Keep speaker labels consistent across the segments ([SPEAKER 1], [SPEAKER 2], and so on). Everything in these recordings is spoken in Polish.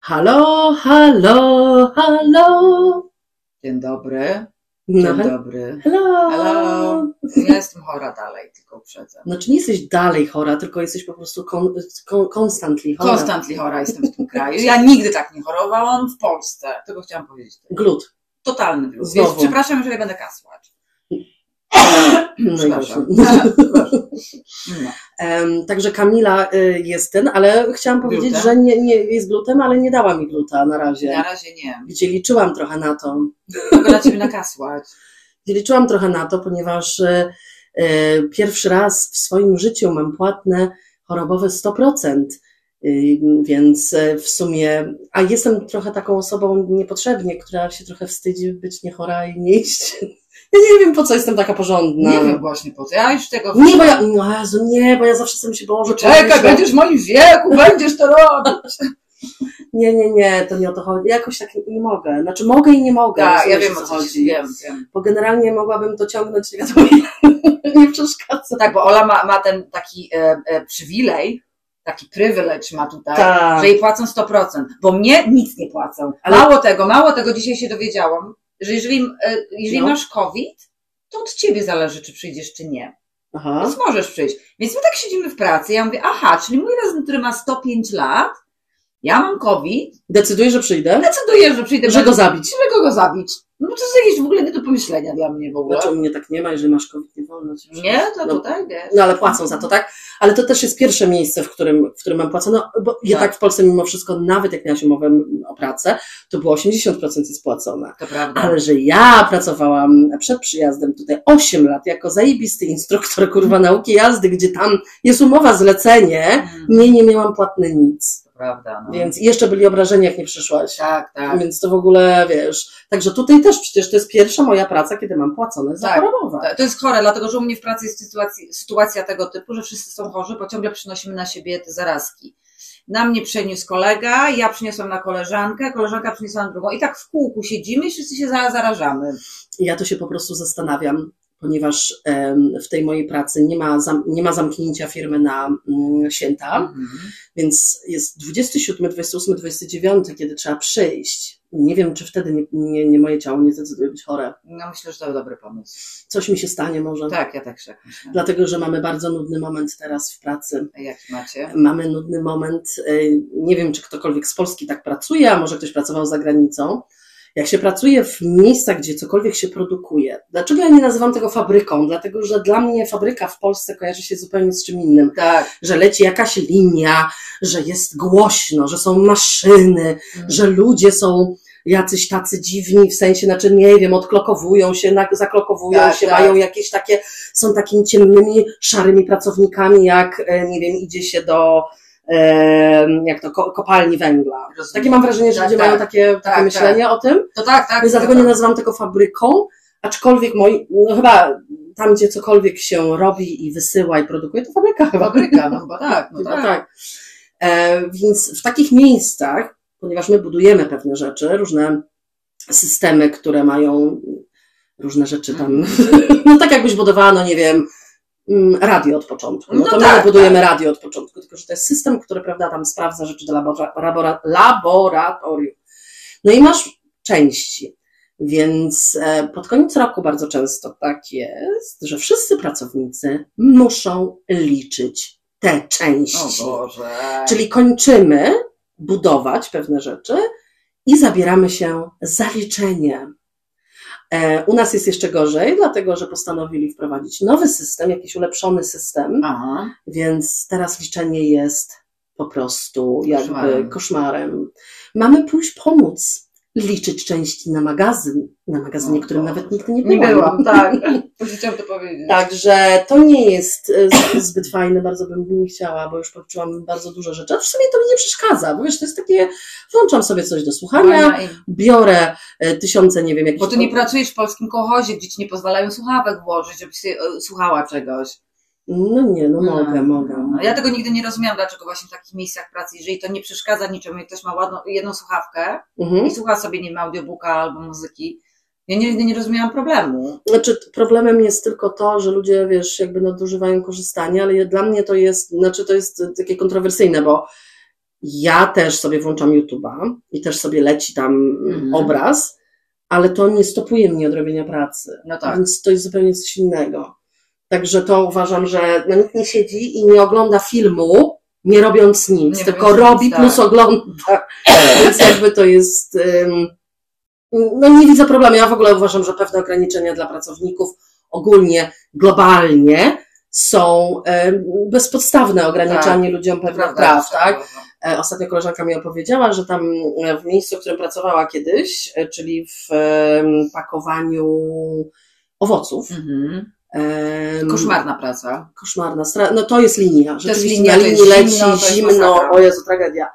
[SPEAKER 1] Halo, halo, halo.
[SPEAKER 2] Dzień dobry. Dzień
[SPEAKER 1] No, he-
[SPEAKER 2] dobry.
[SPEAKER 1] hello.
[SPEAKER 2] Hello. Ja jestem chora dalej, tylko uprzedzam.
[SPEAKER 1] Znaczy nie jesteś dalej chora, tylko jesteś po prostu kon, kon, constantly chora.
[SPEAKER 2] Konstantnie chora jestem w tym kraju. Ja nigdy tak nie chorowałam w Polsce. Tego chciałam powiedzieć.
[SPEAKER 1] Glut.
[SPEAKER 2] Totalny wylód.
[SPEAKER 1] Znowu.
[SPEAKER 2] Więc przepraszam, jeżeli będę kasłać.
[SPEAKER 1] Najgorszy. No
[SPEAKER 2] Przepraszam. Przepraszam. No.
[SPEAKER 1] Em, także Kamila y, jest ten, ale chciałam powiedzieć,
[SPEAKER 2] Glutem?
[SPEAKER 1] że nie, nie jest glutem, ale nie dała mi gluta na razie.
[SPEAKER 2] No. Na razie nie.
[SPEAKER 1] Gdzie liczyłam trochę na to.
[SPEAKER 2] Mogę na ciebie nakasłać.
[SPEAKER 1] Gdzie liczyłam trochę na to, ponieważ y, y, pierwszy raz w swoim życiu mam płatne chorobowe 100%. y, Więc y, w sumie, a jestem trochę taką osobą niepotrzebnie, która się trochę wstydzi być niechora i nie iść. Ja nie wiem, po co jestem taka porządna.
[SPEAKER 2] Nie wiem właśnie po co. Ja już tego...
[SPEAKER 1] Nie, bo ja, no Jezu, nie, bo ja zawsze sobie się było, że
[SPEAKER 2] Czekaj, będziesz w moim wieku, będziesz to robić.
[SPEAKER 1] Nie, nie, nie, to nie o to chodzi. Ja jakoś tak nie mogę. Znaczy mogę i nie mogę.
[SPEAKER 2] Tak, ja
[SPEAKER 1] rozumiesz,
[SPEAKER 2] wiem o co chodzi. Wiem, wiem.
[SPEAKER 1] Bo generalnie mogłabym to ciągnąć, nie wiadomo, nie przeszkadza.
[SPEAKER 2] Tak, bo Ola ma, ma ten taki e, e, przywilej, taki privilege ma tutaj,
[SPEAKER 1] Tak.
[SPEAKER 2] że jej płacą 100%, bo mnie nic nie płacą.
[SPEAKER 1] Ale-
[SPEAKER 2] Mało tego, mało tego dzisiaj się dowiedziałam, że jeżeli, e, jeżeli
[SPEAKER 1] No.
[SPEAKER 2] masz COVID, to od ciebie zależy, czy przyjdziesz, czy nie.
[SPEAKER 1] Aha.
[SPEAKER 2] Więc możesz przyjść. Więc my tak siedzimy w pracy, ja mówię, aha, czyli mój razem, który ma 105 lat, ja mam COVID,
[SPEAKER 1] Decyduje, że przyjdę?
[SPEAKER 2] decyduję, że przyjdę,
[SPEAKER 1] Że
[SPEAKER 2] będę-
[SPEAKER 1] go zabić.
[SPEAKER 2] żeby go zabić. No to jest jakieś w ogóle nie do pomyślenia dla mnie w ogóle.
[SPEAKER 1] Dlaczego mnie tak nie ma, jeżeli masz COVID, nie wolno ci
[SPEAKER 2] Nie, to
[SPEAKER 1] No.
[SPEAKER 2] tutaj wiesz.
[SPEAKER 1] No ale płacą za to, tak? Ale to też jest pierwsze miejsce, w którym, w którym mam płacone, bo ja
[SPEAKER 2] Tak.
[SPEAKER 1] tak w Polsce mimo wszystko, nawet jak miałaś umowę o pracę, to było 80% jest płacone.
[SPEAKER 2] To prawda.
[SPEAKER 1] Ale że ja pracowałam przed przyjazdem tutaj 8 lat jako zajebisty instruktor kurwa nauki jazdy, gdzie tam jest umowa zlecenie,
[SPEAKER 2] Mm,
[SPEAKER 1] nie, nie miałam płatne nic.
[SPEAKER 2] to prawda. No.
[SPEAKER 1] Więc jeszcze byli obrażeni, jak nie przyszłaś.
[SPEAKER 2] Tak, tak.
[SPEAKER 1] Więc to w ogóle wiesz. Także tutaj też przecież to jest pierwsza moja praca, kiedy mam płacone za
[SPEAKER 2] Tak.
[SPEAKER 1] chorobowe.
[SPEAKER 2] To jest chore, dlatego że u mnie w pracy jest sytuacja, sytuacja tego typu, że wszyscy są chorzy, bo ciągle przynosimy na siebie te zarazki. Na mnie przeniósł kolega, ja przyniosłam na koleżankę, koleżanka przyniosła na drugą. I tak w kółku siedzimy i wszyscy się zaraz zarażamy.
[SPEAKER 1] Ja to się po prostu zastanawiam, ponieważ em, w tej mojej pracy nie ma, zam, nie ma zamknięcia firmy na mm, święta. Więc jest 27, 28, 29, kiedy trzeba przyjść. Nie wiem, czy wtedy nie, nie, nie moje ciało nie zdecyduje być chore.
[SPEAKER 2] No myślę, że to był dobry pomysł.
[SPEAKER 1] Coś mi się stanie może.
[SPEAKER 2] Tak, ja tak się tak myślę.
[SPEAKER 1] Dlatego, że mamy bardzo nudny moment teraz w pracy.
[SPEAKER 2] A Jak macie?
[SPEAKER 1] Mamy nudny moment. y, Nie wiem, czy ktokolwiek z Polski tak pracuje, a może ktoś pracował za granicą. Jak się pracuje w miejscach, gdzie cokolwiek się produkuje. Dlaczego ja nie nazywam tego fabryką? Dlatego, że dla mnie fabryka w Polsce kojarzy się zupełnie z czym innym.
[SPEAKER 2] Tak.
[SPEAKER 1] Że leci jakaś linia, że jest głośno, że są maszyny,
[SPEAKER 2] Mm.
[SPEAKER 1] że ludzie są jacyś tacy dziwni, w sensie, znaczy nie wiem, odklokowują się, na- zaklokowują
[SPEAKER 2] Tak,
[SPEAKER 1] się,
[SPEAKER 2] tak.
[SPEAKER 1] mają jakieś takie, są takimi ciemnymi, szarymi pracownikami, jak, e, nie wiem, idzie się do, e, jak to, ko- kopalni węgla.
[SPEAKER 2] Rozumiem.
[SPEAKER 1] Takie mam wrażenie, że
[SPEAKER 2] Tak,
[SPEAKER 1] ludzie
[SPEAKER 2] tak.
[SPEAKER 1] mają takie, takie
[SPEAKER 2] tak.
[SPEAKER 1] myślenie o tym,
[SPEAKER 2] To tak, tak.
[SPEAKER 1] więc
[SPEAKER 2] to
[SPEAKER 1] dlatego
[SPEAKER 2] tak.
[SPEAKER 1] nie nazywam tego fabryką, aczkolwiek moi, no chyba tam, gdzie cokolwiek się robi i wysyła i produkuje, to fabryka chyba.
[SPEAKER 2] Fabryka, no chyba tak. No
[SPEAKER 1] Chyba
[SPEAKER 2] tak.
[SPEAKER 1] tak. E, więc w takich miejscach, ponieważ my budujemy pewne rzeczy, różne systemy, które mają różne rzeczy tam,
[SPEAKER 2] Mhm.
[SPEAKER 1] no tak jakbyś budowała, no nie wiem, mm, radio od początku. No,
[SPEAKER 2] No
[SPEAKER 1] to my
[SPEAKER 2] tak,
[SPEAKER 1] budujemy radio od początku, tylko że to jest system, który, prawda, tam sprawdza rzeczy do labora, labora, laboratorium. No i masz części. Więc e, pod koniec roku bardzo często tak jest, że wszyscy pracownicy muszą liczyć te części.
[SPEAKER 2] O Boże.
[SPEAKER 1] Czyli kończymy budować pewne rzeczy i zabieramy się za liczenie. E, U nas jest jeszcze gorzej, dlatego że postanowili wprowadzić nowy system, jakiś ulepszony system,
[SPEAKER 2] Aha.
[SPEAKER 1] więc teraz liczenie jest po prostu jakby
[SPEAKER 2] Koszmarem.
[SPEAKER 1] koszmarem. Mamy pójść pomóc liczyć części na magazyn, na magazynie,
[SPEAKER 2] O
[SPEAKER 1] którym
[SPEAKER 2] Boże.
[SPEAKER 1] nawet nigdy nie
[SPEAKER 2] Nie
[SPEAKER 1] byłam. Tak.
[SPEAKER 2] byłam, tak. Właśnie Chciałam to powiedzieć.
[SPEAKER 1] Także to nie jest e, z- zbyt fajne, bardzo bym nie chciała, bo już poczułam bardzo dużo rzeczy. A w sumie to mi nie przeszkadza, bo wiesz, to jest takie, włączam sobie coś do słuchania,
[SPEAKER 2] Fajna i-
[SPEAKER 1] biorę e, tysiące, nie wiem, jakichś...
[SPEAKER 2] No, Bo ty nie pracujesz w polskim kochozie, gdzie ci nie pozwalają słuchawek włożyć, żebyś sobie e, słuchała czegoś.
[SPEAKER 1] No nie, no mogę, mogę.
[SPEAKER 2] No, Ja tego nigdy nie rozumiałam, dlaczego właśnie w takich miejscach pracy, jeżeli to nie przeszkadza niczemu, jak ktoś ma ładną, jedną słuchawkę
[SPEAKER 1] Mhm.
[SPEAKER 2] i słucha sobie, nie wiem, audiobooka albo muzyki, ja nigdy nie rozumiałam problemu.
[SPEAKER 1] Znaczy, t- problemem jest tylko to, że ludzie, wiesz, jakby nadużywają korzystania, ale ja- dla mnie to jest, znaczy to jest e, takie kontrowersyjne, bo Ja też sobie włączam YouTube'a i też sobie leci tam
[SPEAKER 2] Mhm.
[SPEAKER 1] obraz, ale to nie stopuje mnie od robienia pracy.
[SPEAKER 2] No tak.
[SPEAKER 1] Więc to jest zupełnie coś innego. Także to uważam, że no, nikt nie siedzi i nie ogląda filmu, nie robiąc nic,
[SPEAKER 2] Nie
[SPEAKER 1] tylko
[SPEAKER 2] robiąc nic,
[SPEAKER 1] robi
[SPEAKER 2] tak.
[SPEAKER 1] plus ogląda. Więc jakby to jest. ym, No nie widzę problemu. Ja w ogóle uważam, że pewne ograniczenia dla pracowników ogólnie, globalnie są em, bezpodstawne
[SPEAKER 2] Tak,
[SPEAKER 1] ograniczanie ludziom pewnych praw, tak? E, Ostatnio koleżanka mi opowiedziała, że tam e, w miejscu, w którym pracowała kiedyś, e, czyli w em, pakowaniu owoców.
[SPEAKER 2] Mhm.
[SPEAKER 1] em,
[SPEAKER 2] Koszmarna praca.
[SPEAKER 1] Koszmarna stra- No to jest linia.
[SPEAKER 2] jest
[SPEAKER 1] Rzeczywiście
[SPEAKER 2] linia,
[SPEAKER 1] na
[SPEAKER 2] to jest
[SPEAKER 1] linii leci
[SPEAKER 2] zimno, to jest
[SPEAKER 1] zimno,
[SPEAKER 2] masakra.
[SPEAKER 1] o Jezu, tragedia.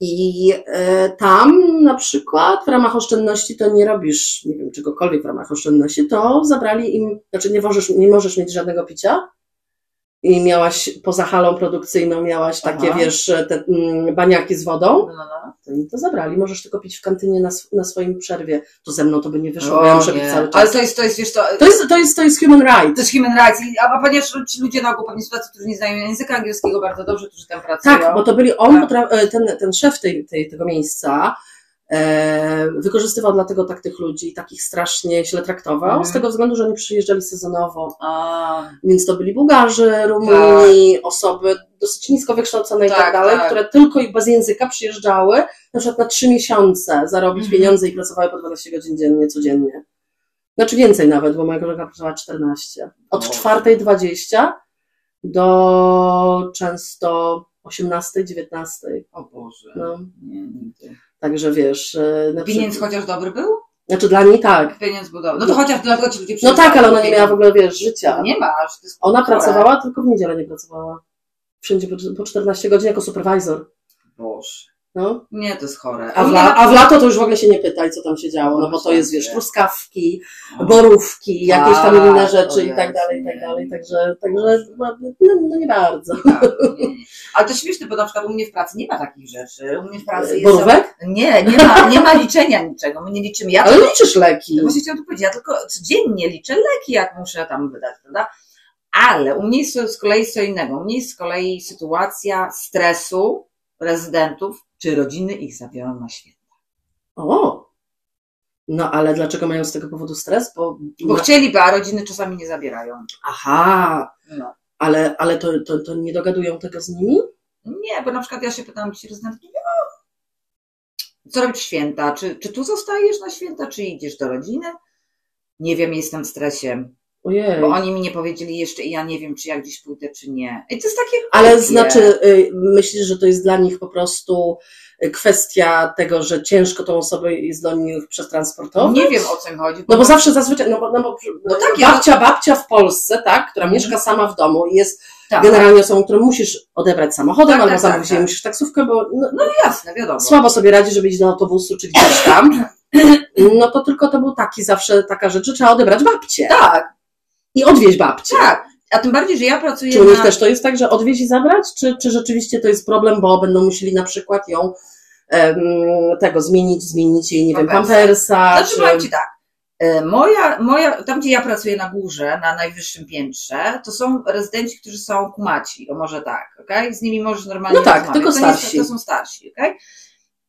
[SPEAKER 1] I e, tam na przykład w ramach oszczędności to nie robisz, nie wiem, czegokolwiek w ramach oszczędności, to zabrali im, znaczy nie możesz, nie możesz mieć żadnego picia i miałaś poza halą produkcyjną, miałaś takie,
[SPEAKER 2] Aha.
[SPEAKER 1] wiesz, te mm, baniaki z wodą,
[SPEAKER 2] No, no, no.
[SPEAKER 1] to im to zabrali. Możesz tylko pić w kantynie na, sw- na swoim przerwie. To ze mną to by nie wyszło, bo ja
[SPEAKER 2] O,
[SPEAKER 1] muszę pić
[SPEAKER 2] No, nie.
[SPEAKER 1] cały
[SPEAKER 2] Ale
[SPEAKER 1] czas.
[SPEAKER 2] to jest, to jest, wiesz, to,
[SPEAKER 1] To jest, to jest, to jest human right.
[SPEAKER 2] To jest human rights, I- a, a ponieważ ci ludzie na ogół pewnie są tacy, którzy nie znają języka angielskiego bardzo dobrze, którzy tam pracują.
[SPEAKER 1] Tak, bo to byli on,
[SPEAKER 2] Tak.
[SPEAKER 1] potra- e, ten, ten szef tej, tej, tego miejsca e, wykorzystywał dlatego tak tych ludzi i takich strasznie źle traktował,
[SPEAKER 2] Mhm.
[SPEAKER 1] z tego względu, że oni przyjeżdżali sezonowo,
[SPEAKER 2] A,
[SPEAKER 1] więc to byli Bułgarzy, Rumuni, osoby dosyć nisko wykształcone i tak
[SPEAKER 2] Tak,
[SPEAKER 1] dalej,
[SPEAKER 2] tak.
[SPEAKER 1] które tylko i bez języka przyjeżdżały na przykład na trzy miesiące zarobić
[SPEAKER 2] Mhm.
[SPEAKER 1] pieniądze i pracowały po 12 godzin dziennie, codziennie. Znaczy więcej nawet, bo moja koleżanka pracowała 14. Od
[SPEAKER 2] O.
[SPEAKER 1] 4.20 do często 18.19.
[SPEAKER 2] o Boże.
[SPEAKER 1] No,
[SPEAKER 2] Nie, nigdy.
[SPEAKER 1] także wiesz. e, Znaczy,
[SPEAKER 2] Pieniądz chociaż dobry był?
[SPEAKER 1] znaczy dla niej tak.
[SPEAKER 2] Pieniądz był dobry. No to chociaż dlatego ci ludzie
[SPEAKER 1] No
[SPEAKER 2] przyjeżdżają.
[SPEAKER 1] tak, ale ona nie miała w ogóle, wiesz, życia.
[SPEAKER 2] Nie masz. To jest
[SPEAKER 1] Ona
[SPEAKER 2] chore.
[SPEAKER 1] pracowała, tylko w niedzielę nie pracowała. Wszędzie po- po 14 godzin jako supervisor.
[SPEAKER 2] Boże.
[SPEAKER 1] No.
[SPEAKER 2] Nie, to jest chore.
[SPEAKER 1] A w, la, a w lato to już w ogóle się nie pytaj, co tam się działo, no bo to jest, wiesz, truskawki, borówki, jakieś tam
[SPEAKER 2] Tak,
[SPEAKER 1] inne
[SPEAKER 2] o
[SPEAKER 1] rzeczy i tak
[SPEAKER 2] Jezu,
[SPEAKER 1] dalej, i
[SPEAKER 2] nie.
[SPEAKER 1] tak dalej, także, także no, no nie bardzo.
[SPEAKER 2] Tak, nie, nie. Ale to śmieszne, bo na przykład u mnie w pracy nie ma takich rzeczy. U mnie w pracy jest...
[SPEAKER 1] Borówek?
[SPEAKER 2] Nie, nie ma, nie ma liczenia niczego. My nie liczymy. Ja
[SPEAKER 1] Ale liczysz leki.
[SPEAKER 2] To właśnie chciałam to powiedzieć, ja tylko codziennie liczę leki, jak muszę tam wydać, prawda? Ale u mnie jest to z kolei co innego. U mnie jest z kolei sytuacja stresu rezydentów, czy rodziny ich zabiorą na święta.
[SPEAKER 1] O! No ale dlaczego mają z tego powodu stres? Bo, no,
[SPEAKER 2] Bo chcieliby, a rodziny czasami nie zabierają.
[SPEAKER 1] aha,
[SPEAKER 2] No.
[SPEAKER 1] ale, ale to, to, to nie dogadują tego z nimi?
[SPEAKER 2] Nie, bo na przykład ja się pytam ci rezydentów, mówię, no, co robić w święta? Czy, czy tu zostajesz na święta, czy idziesz do rodziny? Nie wiem, jestem w stresie,
[SPEAKER 1] Ojej.
[SPEAKER 2] bo oni mi nie powiedzieli jeszcze i ja nie wiem, czy ja gdzieś pójdę, czy nie. I to jest takie
[SPEAKER 1] Ale
[SPEAKER 2] głupie.
[SPEAKER 1] znaczy, y, myślisz, że to jest dla nich po prostu y, kwestia tego, że ciężko tą osobę jest do nich przetransportować?
[SPEAKER 2] Nie wiem, o co im chodzi.
[SPEAKER 1] tak. No bo zawsze zazwyczaj, no bo, no bo no
[SPEAKER 2] tak, ja- Mhm.
[SPEAKER 1] babcia, babcia w Polsce, tak, która mieszka sama w domu i jest
[SPEAKER 2] Tak,
[SPEAKER 1] generalnie osobą, którą musisz odebrać samochodem,
[SPEAKER 2] Tak,
[SPEAKER 1] albo
[SPEAKER 2] tak,
[SPEAKER 1] zamówić
[SPEAKER 2] tak,
[SPEAKER 1] jej
[SPEAKER 2] tak.
[SPEAKER 1] musisz taksówkę, bo no,
[SPEAKER 2] jasne, wiadomo.
[SPEAKER 1] słabo sobie radzi, żeby iść do autobusu czy gdzieś tam. No to tylko to był taki zawsze taka rzecz, że trzeba odebrać babcię
[SPEAKER 2] Tak,
[SPEAKER 1] i odwieźć babcię.
[SPEAKER 2] tak. A tym bardziej, że ja pracuję
[SPEAKER 1] Czy u nich
[SPEAKER 2] na...
[SPEAKER 1] też to jest tak, że odwieźć i zabrać, czy, czy rzeczywiście to jest problem, bo będą musieli na przykład ją em, tego zmienić, zmienić jej, nie wiem,
[SPEAKER 2] Pampersa.
[SPEAKER 1] pampersa,
[SPEAKER 2] Znaczy, powiem
[SPEAKER 1] czy...
[SPEAKER 2] Ci tak. e, Moja, moja, tam gdzie ja pracuję na górze, na najwyższym piętrze, to są rezydenci, którzy są kumaci, o może tak, okej? Z nimi możesz normalnie
[SPEAKER 1] No tak,
[SPEAKER 2] rozmawiać.
[SPEAKER 1] tylko
[SPEAKER 2] to nie jest-
[SPEAKER 1] starsi.
[SPEAKER 2] To są starsi, okej?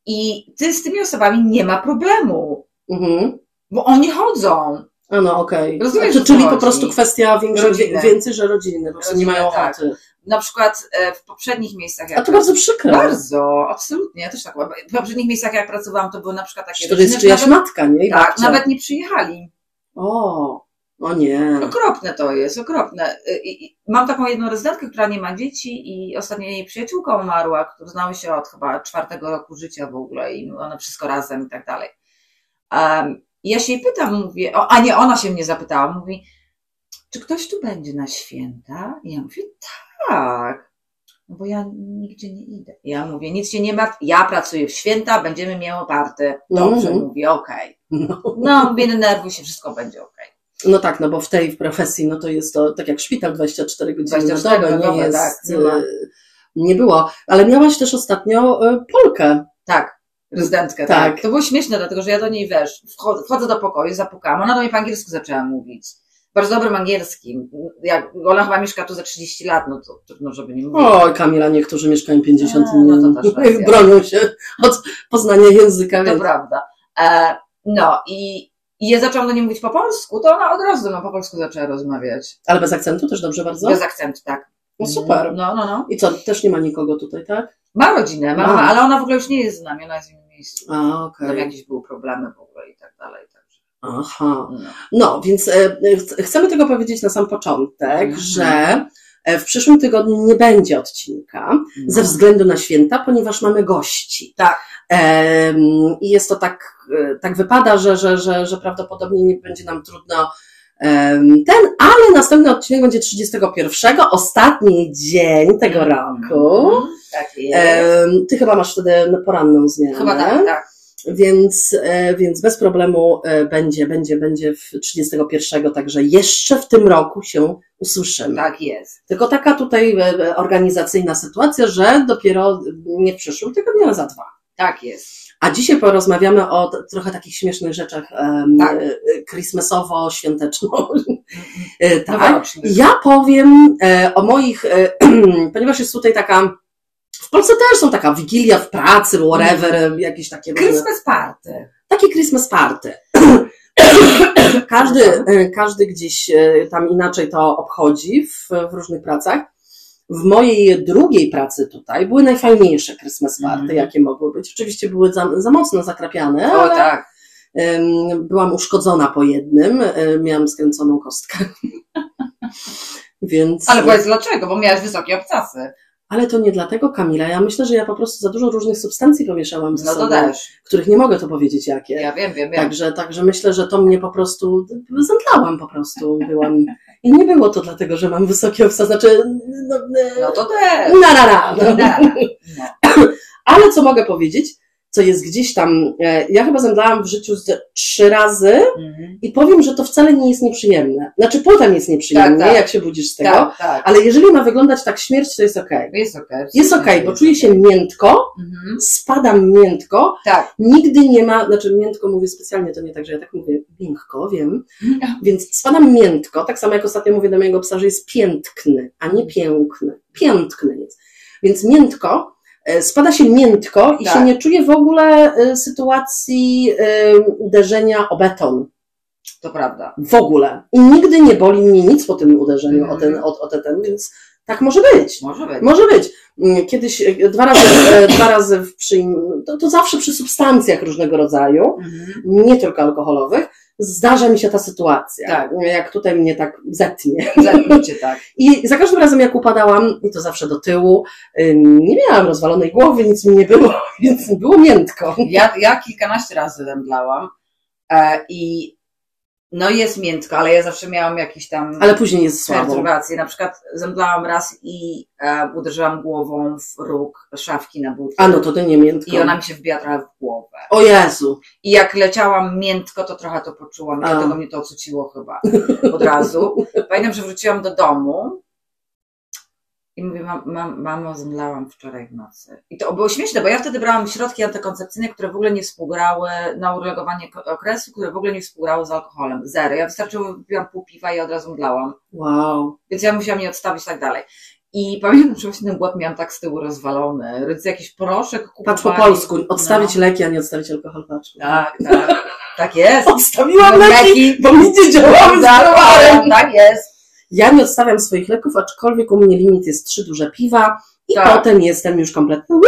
[SPEAKER 2] I ty z tymi osobami nie ma problemu,
[SPEAKER 1] Mhm.
[SPEAKER 2] bo oni chodzą.
[SPEAKER 1] A no, okej.
[SPEAKER 2] Rozumiesz,
[SPEAKER 1] Czy-
[SPEAKER 2] o co
[SPEAKER 1] Czyli po
[SPEAKER 2] chodzi.
[SPEAKER 1] prostu kwestia większej,
[SPEAKER 2] Rodziny.
[SPEAKER 1] więcej, że rodziny, po prostu nie
[SPEAKER 2] Rodziny,
[SPEAKER 1] mają
[SPEAKER 2] tak.
[SPEAKER 1] ochoty.
[SPEAKER 2] Na przykład e, w poprzednich miejscach, jak
[SPEAKER 1] A to bardzo przykre.
[SPEAKER 2] Bardzo, absolutnie, ja też tak uważam. W poprzednich miejscach, jak pracowałam, to były na przykład takie
[SPEAKER 1] Czy To jest
[SPEAKER 2] rodziny,
[SPEAKER 1] czyjaś
[SPEAKER 2] że nawet,
[SPEAKER 1] matka, nie? I
[SPEAKER 2] tak,
[SPEAKER 1] babcia.
[SPEAKER 2] nawet nie przyjechali.
[SPEAKER 1] O, o nie.
[SPEAKER 2] Okropne to jest, okropne. Y, I, i, mam taką jedną rezydentkę, która nie ma dzieci i ostatnio jej przyjaciółka umarła, którą znały się od chyba czwartego roku życia w ogóle i one wszystko razem i tak dalej. Um, i ja się jej pytam, mówię, o, a nie, ona się mnie zapytała, mówi, czy ktoś tu będzie na święta? I ja mówię, tak, no bo ja nigdzie nie idę. Ja mówię, nic się nie martw, ja pracuję w święta, będziemy miały party. Dobrze,
[SPEAKER 1] Mhm.
[SPEAKER 2] mówię, okej.
[SPEAKER 1] No.
[SPEAKER 2] No, mówię, nie nerwuj się, wszystko będzie okej.
[SPEAKER 1] no tak, no bo w tej profesji, no to jest to tak jak szpital 24 godziny
[SPEAKER 2] 24
[SPEAKER 1] na dobę, nie
[SPEAKER 2] godziny,
[SPEAKER 1] jest...
[SPEAKER 2] tak, nie ma.
[SPEAKER 1] e, nie było. Ale miałaś też ostatnio e, Polkę.
[SPEAKER 2] Tak, rezydentkę, tak.
[SPEAKER 1] Tak.
[SPEAKER 2] To było śmieszne, dlatego że ja do niej wiesz, wchodzę, wchodzę do pokoju, zapukam, ona do mnie po angielsku zaczęła mówić. bardzo dobrym angielskim. Jak, ona chyba mieszka tu za 30 lat, no to trudno, żeby nie mówić.
[SPEAKER 1] Oj, Kamila, niektórzy mieszkają 50
[SPEAKER 2] A,
[SPEAKER 1] i nie,
[SPEAKER 2] no to też racja.
[SPEAKER 1] bronią się od poznania języka.
[SPEAKER 2] To
[SPEAKER 1] więc-
[SPEAKER 2] prawda. E, no i, i ja zaczęłam do niej mówić po polsku, to ona od razu ze mną po polsku zaczęła rozmawiać.
[SPEAKER 1] Ale bez akcentu też dobrze bardzo?
[SPEAKER 2] Bez akcentu, tak.
[SPEAKER 1] No super.
[SPEAKER 2] No, no, no.
[SPEAKER 1] I co, też nie ma nikogo tutaj, tak?
[SPEAKER 2] Ma rodzinę, ma,
[SPEAKER 1] Ma.
[SPEAKER 2] ma, ale ona w ogóle już nie jest z nami, ona jest w innym miejscu.
[SPEAKER 1] A, okej.
[SPEAKER 2] Tam jakieś były problemy w ogóle i tak dalej. Także,
[SPEAKER 1] Aha.
[SPEAKER 2] no.
[SPEAKER 1] No, więc e, ch- chcemy tego powiedzieć na sam początek,
[SPEAKER 2] Mhm.
[SPEAKER 1] że e, w przyszłym tygodniu nie będzie odcinka ze względu na święta, ponieważ mamy gości.
[SPEAKER 2] Tak.
[SPEAKER 1] Em, I jest to tak, e, tak wypada, że, że, że, że prawdopodobnie nie będzie nam trudno em, ten, ale następny odcinek będzie 31, ostatni dzień tego roku. E,
[SPEAKER 2] Mhm, Tak jest.
[SPEAKER 1] Em, Ty chyba masz wtedy no, poranną zmianę.
[SPEAKER 2] Chyba tak, tak.
[SPEAKER 1] Więc, e, więc bez problemu e, będzie, będzie, będzie w 31, także jeszcze w tym roku się usłyszymy.
[SPEAKER 2] Tak jest.
[SPEAKER 1] Tylko taka tutaj e, e, organizacyjna sytuacja, że dopiero nie w przyszłym tygodniu, ale za dwa.
[SPEAKER 2] Tak jest.
[SPEAKER 1] A dzisiaj porozmawiamy o t- trochę takich śmiesznych rzeczach em,
[SPEAKER 2] Tak. Mhm.
[SPEAKER 1] e, e, christmasowo-świąteczno. E, tak.
[SPEAKER 2] Noworoczny.
[SPEAKER 1] Ja powiem e, o moich, e, ponieważ jest tutaj taka, w Polsce też są taka wigilia w pracy, whatever, e, jakieś takie różne
[SPEAKER 2] Mhm. Christmas party.
[SPEAKER 1] takie Christmas party. każdy, każdy gdzieś e, tam inaczej to obchodzi w, w różnych pracach. W mojej drugiej pracy tutaj były najfajniejsze Christmas party,
[SPEAKER 2] Mhm.
[SPEAKER 1] jakie mogły być. Oczywiście były za, za mocno zakrapiane,
[SPEAKER 2] O
[SPEAKER 1] ale
[SPEAKER 2] tak.
[SPEAKER 1] em, byłam uszkodzona po jednym, e, miałam skręconą kostkę. Więc,
[SPEAKER 2] Ale powiedz dlaczego, bo miałaś wysokie obcasy.
[SPEAKER 1] ale to nie dlatego, Kamila. Ja myślę, że ja po prostu za dużo różnych substancji pomieszałam ze
[SPEAKER 2] No to
[SPEAKER 1] sobą,
[SPEAKER 2] też.
[SPEAKER 1] których nie mogę to powiedzieć jakie.
[SPEAKER 2] Ja wiem, wiem, wiem.
[SPEAKER 1] Także, także myślę, że to mnie po prostu zemdlałam po prostu. Byłam. I nie było to dlatego, że mam wysokie obsa, znaczy. No,
[SPEAKER 2] No to też.
[SPEAKER 1] no, na, na, na,
[SPEAKER 2] No,
[SPEAKER 1] no.
[SPEAKER 2] no.
[SPEAKER 1] Ale co mogę powiedzieć, co jest gdzieś tam. e, Ja chyba zemdlałam w życiu z trzy razy
[SPEAKER 2] Mhm.
[SPEAKER 1] i powiem, że to wcale nie jest nieprzyjemne. Znaczy potem jest nieprzyjemnie,
[SPEAKER 2] Tak, tak.
[SPEAKER 1] jak się budzisz z tego.
[SPEAKER 2] Tak, tak.
[SPEAKER 1] Ale jeżeli ma wyglądać tak śmierć, to jest okej.
[SPEAKER 2] Jest okej.
[SPEAKER 1] Jest okej, bo czuję się miętko,
[SPEAKER 2] Mhm.
[SPEAKER 1] spadam miętko,
[SPEAKER 2] Tak.
[SPEAKER 1] Nigdy nie ma, znaczy miętko mówię specjalnie, to nie tak, że ja tak mówię miękko, wiem, więc spadam miętko, tak samo jak ostatnio mówię do mojego psa, że jest piętkny, a nie piękny, piętkny jest. Więc miętko, e, spada się miętko i
[SPEAKER 2] Tak.
[SPEAKER 1] się nie czuje w ogóle e, sytuacji e, uderzenia o beton,
[SPEAKER 2] To prawda.
[SPEAKER 1] w ogóle. I nigdy nie boli mnie nic po tym uderzeniu
[SPEAKER 2] Mhm.
[SPEAKER 1] o ten, o, o ten, ten, więc tak może być.
[SPEAKER 2] Może być.
[SPEAKER 1] Może być. Mm, Kiedyś e, dwa razy, e, dwa razy w przyjm- to, to zawsze przy substancjach różnego rodzaju,
[SPEAKER 2] Mhm.
[SPEAKER 1] nie tylko alkoholowych, zdarza mi się ta sytuacja.
[SPEAKER 2] Tak.
[SPEAKER 1] Jak tutaj mnie tak zetnie.
[SPEAKER 2] Zetnij cię tak.
[SPEAKER 1] I za każdym razem jak upadałam, i to zawsze do tyłu, y, nie miałam rozwalonej głowy, nic mi nie było, więc było miętko.
[SPEAKER 2] Ja, ja kilkanaście razy zemdlałam e, i no jest miętko, ale ja zawsze miałam jakiś tam
[SPEAKER 1] Ale później jest słabo.
[SPEAKER 2] perturbacje. Na przykład zemdlałam raz i e, uderzyłam głową w róg szafki na buty.
[SPEAKER 1] A no to ty nie miętko.
[SPEAKER 2] I ona mi się wbiła trochę w głowę.
[SPEAKER 1] O Jezu.
[SPEAKER 2] I jak leciałam miętko, to trochę to poczułam. I
[SPEAKER 1] A.
[SPEAKER 2] dlatego mnie to ocuciło chyba od razu. Pamiętam, że wróciłam do domu i mówię, mam, mam, mamo, zemdlałam wczoraj w nocy. I to było śmieszne, bo ja wtedy brałam środki antykoncepcyjne, które w ogóle nie współgrały na uregulowanie ko- okresu, które w ogóle nie współgrały z alkoholem. Zero. Ja wystarczyło, wypiłam pół piwa i od razu mdlałam
[SPEAKER 1] Wow.
[SPEAKER 2] więc ja musiałam je odstawić i tak dalej. I pamiętam, że właśnie ten błot miałam tak z tyłu rozwalony. Rodzice jakiś proszek kupowali.
[SPEAKER 1] Patrz po polsku. Odstawić leki, a nie odstawić alkohol. Patrz.
[SPEAKER 2] No, tak, tak, tak jest.
[SPEAKER 1] Odstawiłam leki,
[SPEAKER 2] Leki.
[SPEAKER 1] bo nic nie działało z alkoholem.
[SPEAKER 2] Tak jest.
[SPEAKER 1] Ja nie odstawiam swoich leków, aczkolwiek u mnie limit jest trzy duże piwa i
[SPEAKER 2] Tak.
[SPEAKER 1] potem jestem już kompletnie. Uuu,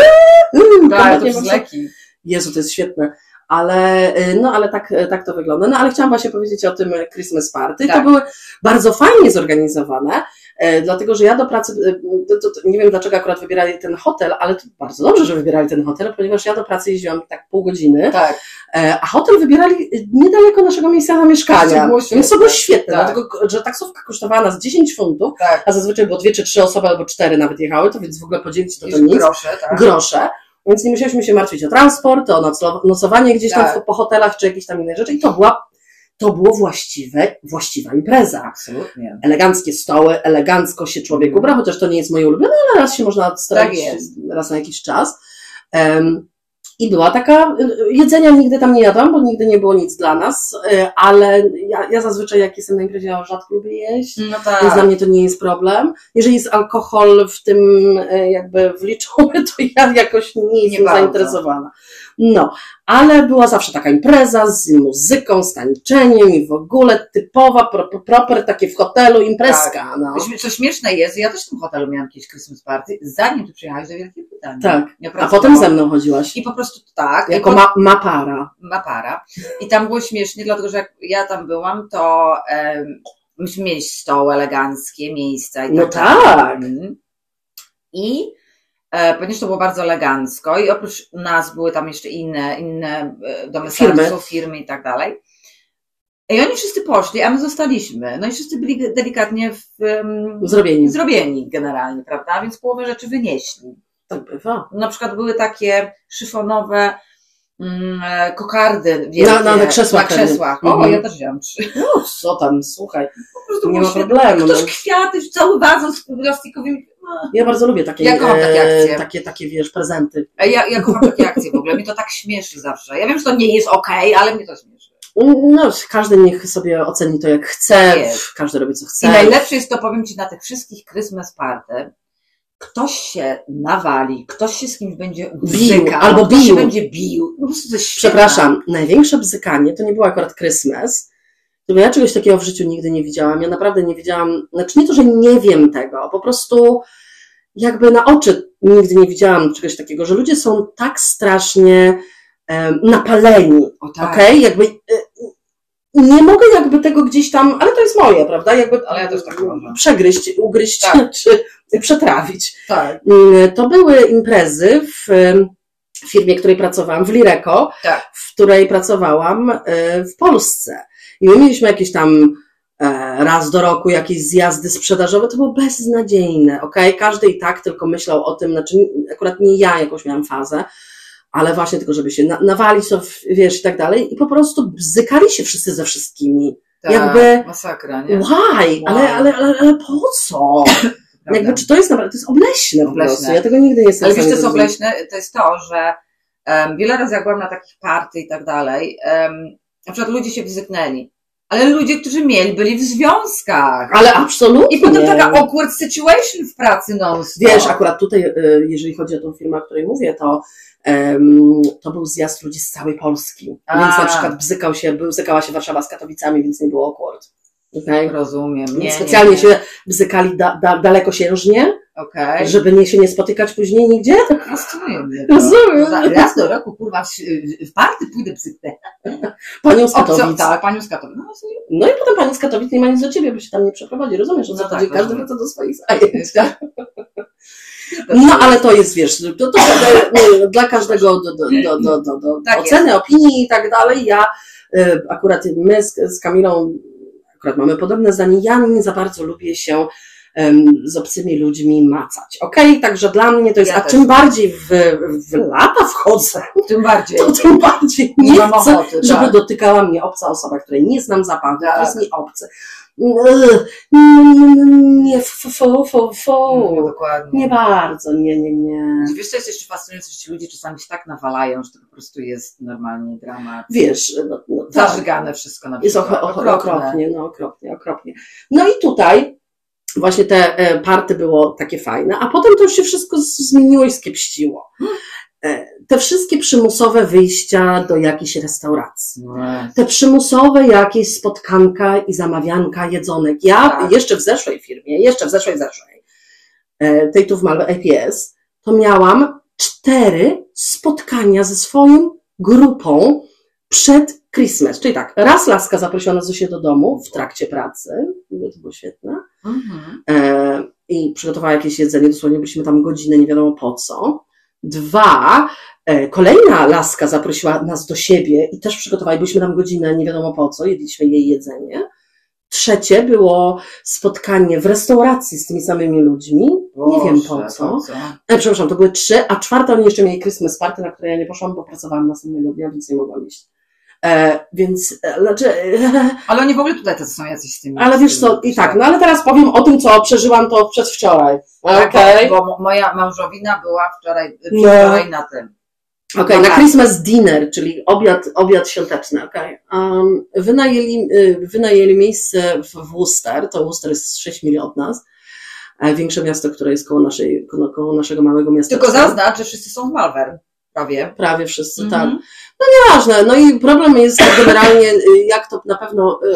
[SPEAKER 1] uuu,
[SPEAKER 2] Tak, to
[SPEAKER 1] kompletnie
[SPEAKER 2] jest
[SPEAKER 1] po prostu-
[SPEAKER 2] leki.
[SPEAKER 1] Jezu, to jest świetne. Ale, y, no, ale tak, y, tak to wygląda. No, ale chciałam właśnie powiedzieć o tym y, Christmas Party.
[SPEAKER 2] Tak.
[SPEAKER 1] To były bardzo fajnie zorganizowane, y, dlatego że ja do pracy, y, to, to, to nie wiem dlaczego akurat wybierali ten hotel, ale to bardzo dobrze, że wybierali ten hotel, ponieważ ja do pracy jeździłam tak pół godziny,
[SPEAKER 2] Tak,
[SPEAKER 1] e, a hotel wybierali y, niedaleko naszego miejsca zamieszkania.
[SPEAKER 2] To było
[SPEAKER 1] Więc to było
[SPEAKER 2] świetne.
[SPEAKER 1] świetne,
[SPEAKER 2] Tak.
[SPEAKER 1] dlatego że taksówka kosztowała nas 10 funtów,
[SPEAKER 2] tak.
[SPEAKER 1] a zazwyczaj było dwie czy trzy osoby albo cztery nawet jechały, to więc w ogóle podzielić to, to
[SPEAKER 2] Już
[SPEAKER 1] nic.
[SPEAKER 2] grosze, tak.
[SPEAKER 1] Grosze. Więc nie musieliśmy się martwić o transport, o noclo- nocowanie gdzieś tam
[SPEAKER 2] Tak.
[SPEAKER 1] w- po hotelach czy jakieś tam inne rzeczy. I to była, to było właściwe, właściwa impreza.
[SPEAKER 2] Absolutnie.
[SPEAKER 1] Eleganckie stoły, elegancko się
[SPEAKER 2] Mhm.
[SPEAKER 1] człowiek ubrał, chociaż to nie jest moje ulubione, ale raz się można starać
[SPEAKER 2] Tak jest.
[SPEAKER 1] raz na jakiś czas. Em, I była taka, y, jedzenia nigdy tam nie jadłam, bo nigdy nie było nic dla nas, y, ale ja, ja zazwyczaj jak jestem na imprezie, ja rzadko lubię jeść,
[SPEAKER 2] No tak.
[SPEAKER 1] więc dla mnie to nie jest problem. Jeżeli jest alkohol w tym e, jakby wliczony, to ja jakoś nie jestem
[SPEAKER 2] bardzo.
[SPEAKER 1] zainteresowana. No, ale była zawsze taka impreza z muzyką, z tańczeniem i w ogóle typowa, pro, proper, takie w hotelu imprezka. No.
[SPEAKER 2] Tak. Myśmy- Co śmieszne jest, ja też w tym hotelu miałam jakieś Christmas party, zanim ty przyjechałaś do Wielkiej Brytanii.
[SPEAKER 1] Tak.
[SPEAKER 2] Ja
[SPEAKER 1] A potem
[SPEAKER 2] pracowałam.
[SPEAKER 1] ze mną chodziłaś.
[SPEAKER 2] I po prostu tak. i
[SPEAKER 1] Jako ma, ma para.
[SPEAKER 2] ma para. I tam było śmiesznie, dlatego że jak ja tam byłam, to em, myśmy mieli stoły eleganckie, miejsca i
[SPEAKER 1] No tak.
[SPEAKER 2] Mm. I e, ponieważ to było bardzo elegancko i oprócz nas były tam jeszcze inne, inne e, domy
[SPEAKER 1] Firmy.
[SPEAKER 2] serwisu, firmy i tak dalej. I oni wszyscy poszli, a my zostaliśmy. No i wszyscy byli delikatnie w, em,
[SPEAKER 1] Zrobieni.
[SPEAKER 2] zrobieni generalnie, prawda? Więc połowę rzeczy wynieśli
[SPEAKER 1] Tak bywa.
[SPEAKER 2] na przykład były takie szyfonowe mm, e, kokardy
[SPEAKER 1] Na- na- na krzesłach
[SPEAKER 2] Na krzesłach. O,
[SPEAKER 1] Mhm.
[SPEAKER 2] ja też wziąłam trzy.
[SPEAKER 1] No co tam, słuchaj,
[SPEAKER 2] Po prostu
[SPEAKER 1] nie
[SPEAKER 2] było
[SPEAKER 1] ma
[SPEAKER 2] świetne.
[SPEAKER 1] problemu. No.
[SPEAKER 2] Ktoś kwiaty, cały wazon z plastikowymi.
[SPEAKER 1] Ja bardzo lubię takie,
[SPEAKER 2] Ja kocham takie
[SPEAKER 1] e,
[SPEAKER 2] akcje.
[SPEAKER 1] takie, takie, wiesz, prezenty.
[SPEAKER 2] A Ja, ja kocham takie akcje w ogóle, mnie to tak śmieszy zawsze. Ja wiem, że to nie jest okej, ale mnie to śmieszy.
[SPEAKER 1] No, każdy niech sobie oceni to jak chce,
[SPEAKER 2] Jest.
[SPEAKER 1] każdy robi co
[SPEAKER 2] I
[SPEAKER 1] chce.
[SPEAKER 2] najlepsze jest to, powiem Ci, na tych wszystkich Christmas party, ktoś się nawali, ktoś się z kimś będzie bzykał,
[SPEAKER 1] albo
[SPEAKER 2] ktoś się
[SPEAKER 1] bił.
[SPEAKER 2] będzie bił. Po prostu to jest świetne.
[SPEAKER 1] Przepraszam, największe bzykanie to nie było akurat Christmas, bo ja czegoś takiego w życiu nigdy nie widziałam. Ja naprawdę nie wiedziałam, znaczy nie to, że nie wiem tego, po prostu jakby na oczy nigdy nie widziałam czegoś takiego, że ludzie są tak strasznie em, napaleni,
[SPEAKER 2] O,
[SPEAKER 1] tak.
[SPEAKER 2] tak.
[SPEAKER 1] okej? Jakby y, y, nie mogę jakby tego gdzieś tam, ale to jest moje, prawda? Jakby
[SPEAKER 2] Ale ja też tak mam.
[SPEAKER 1] przegryźć, ugryźć
[SPEAKER 2] Tak.
[SPEAKER 1] czy przetrawić.
[SPEAKER 2] tak.
[SPEAKER 1] Mm, To były imprezy w em, firmie, w której pracowałam, w Lireco,
[SPEAKER 2] Tak.
[SPEAKER 1] w której pracowałam e, w Polsce. I my mieliśmy jakieś tam e, raz do roku jakieś zjazdy sprzedażowe, to było beznadziejne, okej? Każdy i tak tylko myślał o tym, znaczy akurat nie ja jakąś miałam fazę, ale właśnie tylko, żeby się na, nawalić, to w- wiesz, i tak dalej. I po prostu bzykali się wszyscy ze wszystkimi.
[SPEAKER 2] tak.
[SPEAKER 1] Jakby-
[SPEAKER 2] Masakra, nie?
[SPEAKER 1] Why? Ale, ale, ale, ale po co?
[SPEAKER 2] Prawda.
[SPEAKER 1] Jakby, czy to jest naprawdę, to jest obleśne,
[SPEAKER 2] Obleśne.
[SPEAKER 1] po prostu. Ja tego nigdy nie jestem
[SPEAKER 2] Ale
[SPEAKER 1] w
[SPEAKER 2] wiesz,
[SPEAKER 1] stanie
[SPEAKER 2] co jest
[SPEAKER 1] zrozumieć.
[SPEAKER 2] obleśne? To jest to, że em, wiele razy jak byłam na takich party i tak dalej, em, na przykład ludzie się wzyknęli, ale ludzie, którzy mieli, byli w związkach.
[SPEAKER 1] Ale absolutnie.
[SPEAKER 2] I potem taka awkward situation w pracy non-stop.
[SPEAKER 1] Wiesz, akurat tutaj, y, jeżeli chodzi o tą firmę, o której mówię, to em, to był zjazd ludzi z całej Polski.
[SPEAKER 2] A.
[SPEAKER 1] Więc na przykład bzykał się, bzykała się Warszawa z Katowicami, więc nie było awkward. Okay?
[SPEAKER 2] Rozumiem. Nie,
[SPEAKER 1] Specjalnie
[SPEAKER 2] nie, nie.
[SPEAKER 1] się bzykali da, da, dalekosiężnie,
[SPEAKER 2] Okej.
[SPEAKER 1] żeby nie, się nie spotykać później nigdzie.
[SPEAKER 2] Fascynuje mnie to.
[SPEAKER 1] Rozumiem.
[SPEAKER 2] Za- Raz do roku, kurwa, w, w party pójdę psytę.
[SPEAKER 1] Panią z Katowic.
[SPEAKER 2] Tak, panią z Katowic. No, serio,
[SPEAKER 1] No i potem pani z Katowic nie ma nic do ciebie, bo się tam nie przeprowadzi. Rozumiesz, o co
[SPEAKER 2] No tak,
[SPEAKER 1] chodzi? Każdy
[SPEAKER 2] rozumiem.
[SPEAKER 1] wraca do swoich zajęć.
[SPEAKER 2] to
[SPEAKER 1] No
[SPEAKER 2] jest-
[SPEAKER 1] ale to jest, wiesz, to, to, to dla każdego do, do, do, do, do, do
[SPEAKER 2] Tak
[SPEAKER 1] oceny, opinii i tak dalej. Ja y, akurat my z, z Kamilą akurat mamy podobne zdanie. Ja nie za bardzo lubię się em, z obcymi ludźmi macać. Okej, także dla mnie to jest,
[SPEAKER 2] Ja
[SPEAKER 1] a
[SPEAKER 2] też.
[SPEAKER 1] czym bardziej w, w lata wchodzę,
[SPEAKER 2] Tym bardziej.
[SPEAKER 1] to tym bardziej nie,
[SPEAKER 2] mam
[SPEAKER 1] chcę,
[SPEAKER 2] ochoty,
[SPEAKER 1] żeby
[SPEAKER 2] tak.
[SPEAKER 1] dotykała mnie obca osoba, której nie znam zapachu,
[SPEAKER 2] Tak.
[SPEAKER 1] to jest mi obcy. Ugh, Nie, nie, fu, fu, fu,
[SPEAKER 2] No,
[SPEAKER 1] fu.
[SPEAKER 2] dokładnie.
[SPEAKER 1] Nie bardzo, nie, nie, nie.
[SPEAKER 2] Wiesz, co jest jeszcze fascynujące, że ci ludzie czasami się tak nawalają, że to po prostu jest normalnie dramat.
[SPEAKER 1] Wiesz, no, no, tak.
[SPEAKER 2] Zażygane wszystko na
[SPEAKER 1] Jest
[SPEAKER 2] przykład.
[SPEAKER 1] ochro, ochro, okropnie, no okropnie, okropnie. No i tutaj właśnie te e, party było takie fajne, a potem to już się wszystko z- zmieniło i skiepściło. E, Te wszystkie przymusowe wyjścia do jakiejś restauracji.
[SPEAKER 2] Nie.
[SPEAKER 1] Te przymusowe jakieś spotkanka i zamawianka jedzonek. Ja
[SPEAKER 2] Tak.
[SPEAKER 1] jeszcze w zeszłej firmie, jeszcze w zeszłej, zeszłej, e, tej tu w Malwe APS, to miałam cztery spotkania ze swoją grupą przed Christmas. Czyli tak, raz laska zaprosiła nas do siebie do domu w trakcie pracy, to było świetne,
[SPEAKER 2] Mhm.
[SPEAKER 1] e, i przygotowała jakieś jedzenie, dosłownie byliśmy tam godzinę, nie wiadomo po co. Dwa, e, kolejna laska zaprosiła nas do siebie i też przygotowała, i byliśmy tam godzinę, nie wiadomo po co, jedliśmy jej jedzenie. Trzecie było spotkanie w restauracji z tymi samymi ludźmi, nie wiem po
[SPEAKER 2] Boże,
[SPEAKER 1] co. E, przepraszam, to były trzy, a czwarta oni jeszcze mieli Christmas party, na które ja nie poszłam, bo pracowałam następnego dnia, więc nie mogłam iść. E, więc, e, znaczy,
[SPEAKER 2] Ale oni w ogóle tutaj to są jacyś z tymi.
[SPEAKER 1] ale wiesz co, i tak, no ale teraz powiem o tym, co przeżyłam to przez wczoraj.
[SPEAKER 2] Tak,
[SPEAKER 1] Okej.
[SPEAKER 2] bo, bo moja mężowina była wczoraj,
[SPEAKER 1] No.
[SPEAKER 2] wczoraj na tym.
[SPEAKER 1] Okej, na Christmas dinner, czyli obiad, obiad świąteczny. okej. Um, wynajęli, y, wynajęli miejsce w Worcester, to Worcester jest 6 mil od nas, e, większe miasto, które jest koło, naszej, koło, koło naszego małego miasta.
[SPEAKER 2] Tylko zaznacz, że wszyscy są w Malwer. Prawie.
[SPEAKER 1] Prawie wszyscy, tak.
[SPEAKER 2] Mhm.
[SPEAKER 1] Ważne. No i problem jest generalnie, y, jak to na pewno y,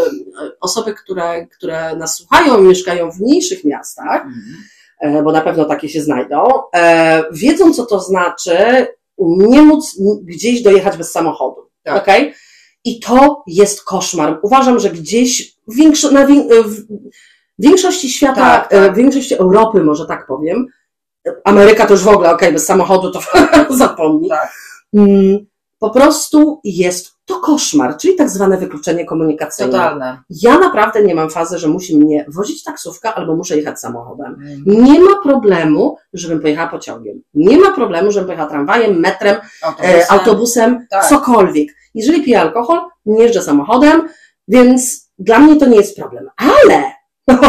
[SPEAKER 1] y, osoby, które, które nas słuchają i mieszkają w mniejszych miastach,
[SPEAKER 2] Mhm.
[SPEAKER 1] e, bo na pewno takie się znajdą, e, wiedzą co to znaczy nie móc n- gdzieś dojechać bez samochodu.
[SPEAKER 2] Tak.
[SPEAKER 1] okej? I to jest koszmar. Uważam, że gdzieś większo, na wię- w w większości świata,
[SPEAKER 2] Tak,
[SPEAKER 1] e,
[SPEAKER 2] tak.
[SPEAKER 1] w większości Europy, może tak powiem, e, Ameryka to już w ogóle, okej, bez samochodu to zapomnij.
[SPEAKER 2] Tak.
[SPEAKER 1] Mm, Po prostu jest to koszmar, czyli tak zwane wykluczenie komunikacyjne.
[SPEAKER 2] Totalne.
[SPEAKER 1] Ja naprawdę nie mam fazy, że musi mnie wozić taksówka albo muszę jechać samochodem.
[SPEAKER 2] Mhm.
[SPEAKER 1] Nie ma problemu, żebym pojechała pociągiem. Nie ma problemu, żebym pojechała tramwajem, metrem,
[SPEAKER 2] Autobusem.
[SPEAKER 1] e, autobusem,
[SPEAKER 2] Tak.
[SPEAKER 1] cokolwiek. Jeżeli piję alkohol, nie jeżdżę samochodem, więc dla mnie to nie jest problem. Ale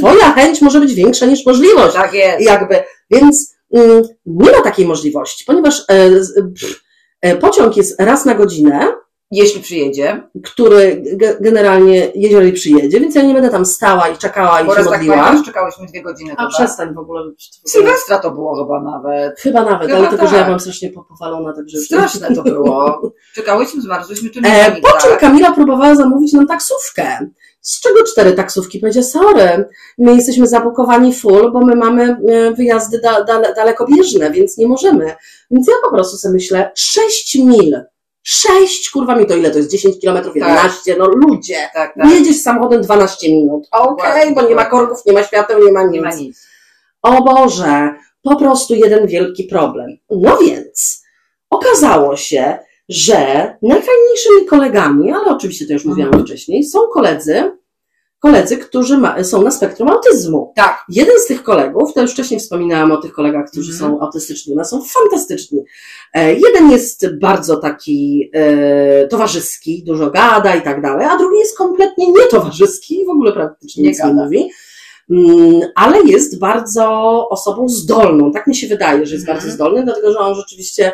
[SPEAKER 1] twoja chęć może być większa niż możliwość.
[SPEAKER 2] Tak jest.
[SPEAKER 1] Jakby, więc mm, nie ma takiej możliwości, ponieważ e, z- pff, e, pociąg jest raz na godzinę,
[SPEAKER 2] Jeśli przyjedzie,
[SPEAKER 1] który ge- generalnie jeżeli przyjedzie, więc ja nie będę tam stała i czekała i
[SPEAKER 2] bo
[SPEAKER 1] się
[SPEAKER 2] raz tak
[SPEAKER 1] modliła.
[SPEAKER 2] pamiętasz, czekałyśmy dwie godziny.
[SPEAKER 1] A
[SPEAKER 2] chyba.
[SPEAKER 1] przestań w ogóle.
[SPEAKER 2] Sylwestra to było chyba nawet.
[SPEAKER 1] Chyba nawet,
[SPEAKER 2] Chyba
[SPEAKER 1] ale tylko, że ja
[SPEAKER 2] tak.
[SPEAKER 1] byłam strasznie popowalona, także już-
[SPEAKER 2] Straszne to było. Czekałyśmy, zmarzłyśmy, tu nie
[SPEAKER 1] E,
[SPEAKER 2] e,
[SPEAKER 1] po czym Kamila próbowała zamówić nam taksówkę, z czego cztery taksówki powiedziała, sorry, my jesteśmy zabukowani full, bo my mamy e, wyjazdy da, dale, dalekobieżne, więc nie możemy. Więc ja po prostu sobie myślę, sześć mil, sześć kurwa mi to ile to jest, 10 kilometrów, 11, no ludzie.
[SPEAKER 2] Tak, tak.
[SPEAKER 1] Jedziesz samochodem 12 minut. Okej,
[SPEAKER 2] Dokładnie,
[SPEAKER 1] bo nie ma
[SPEAKER 2] dokładnie.
[SPEAKER 1] korków, nie ma świateł, nie ma nic.
[SPEAKER 2] Nie ma nic.
[SPEAKER 1] O Boże, po prostu jeden wielki problem. No więc okazało się, że najfajniejszymi kolegami, ale oczywiście to już mówiłam
[SPEAKER 2] Mhm.
[SPEAKER 1] wcześniej, są koledzy, koledzy, którzy ma, są na spektrum autyzmu.
[SPEAKER 2] Tak.
[SPEAKER 1] Jeden z tych kolegów, to już wcześniej wspominałam o tych kolegach, którzy
[SPEAKER 2] Mhm.
[SPEAKER 1] są autystyczni, one są fantastyczni. E, jeden jest bardzo taki e, towarzyski, dużo gada i tak dalej, a drugi jest kompletnie nietowarzyski i w ogóle praktycznie
[SPEAKER 2] Nie
[SPEAKER 1] nic nie
[SPEAKER 2] gada.
[SPEAKER 1] mówi. Mm, Ale jest bardzo osobą zdolną, tak mi się wydaje, że jest
[SPEAKER 2] Mhm.
[SPEAKER 1] bardzo zdolny, dlatego że on rzeczywiście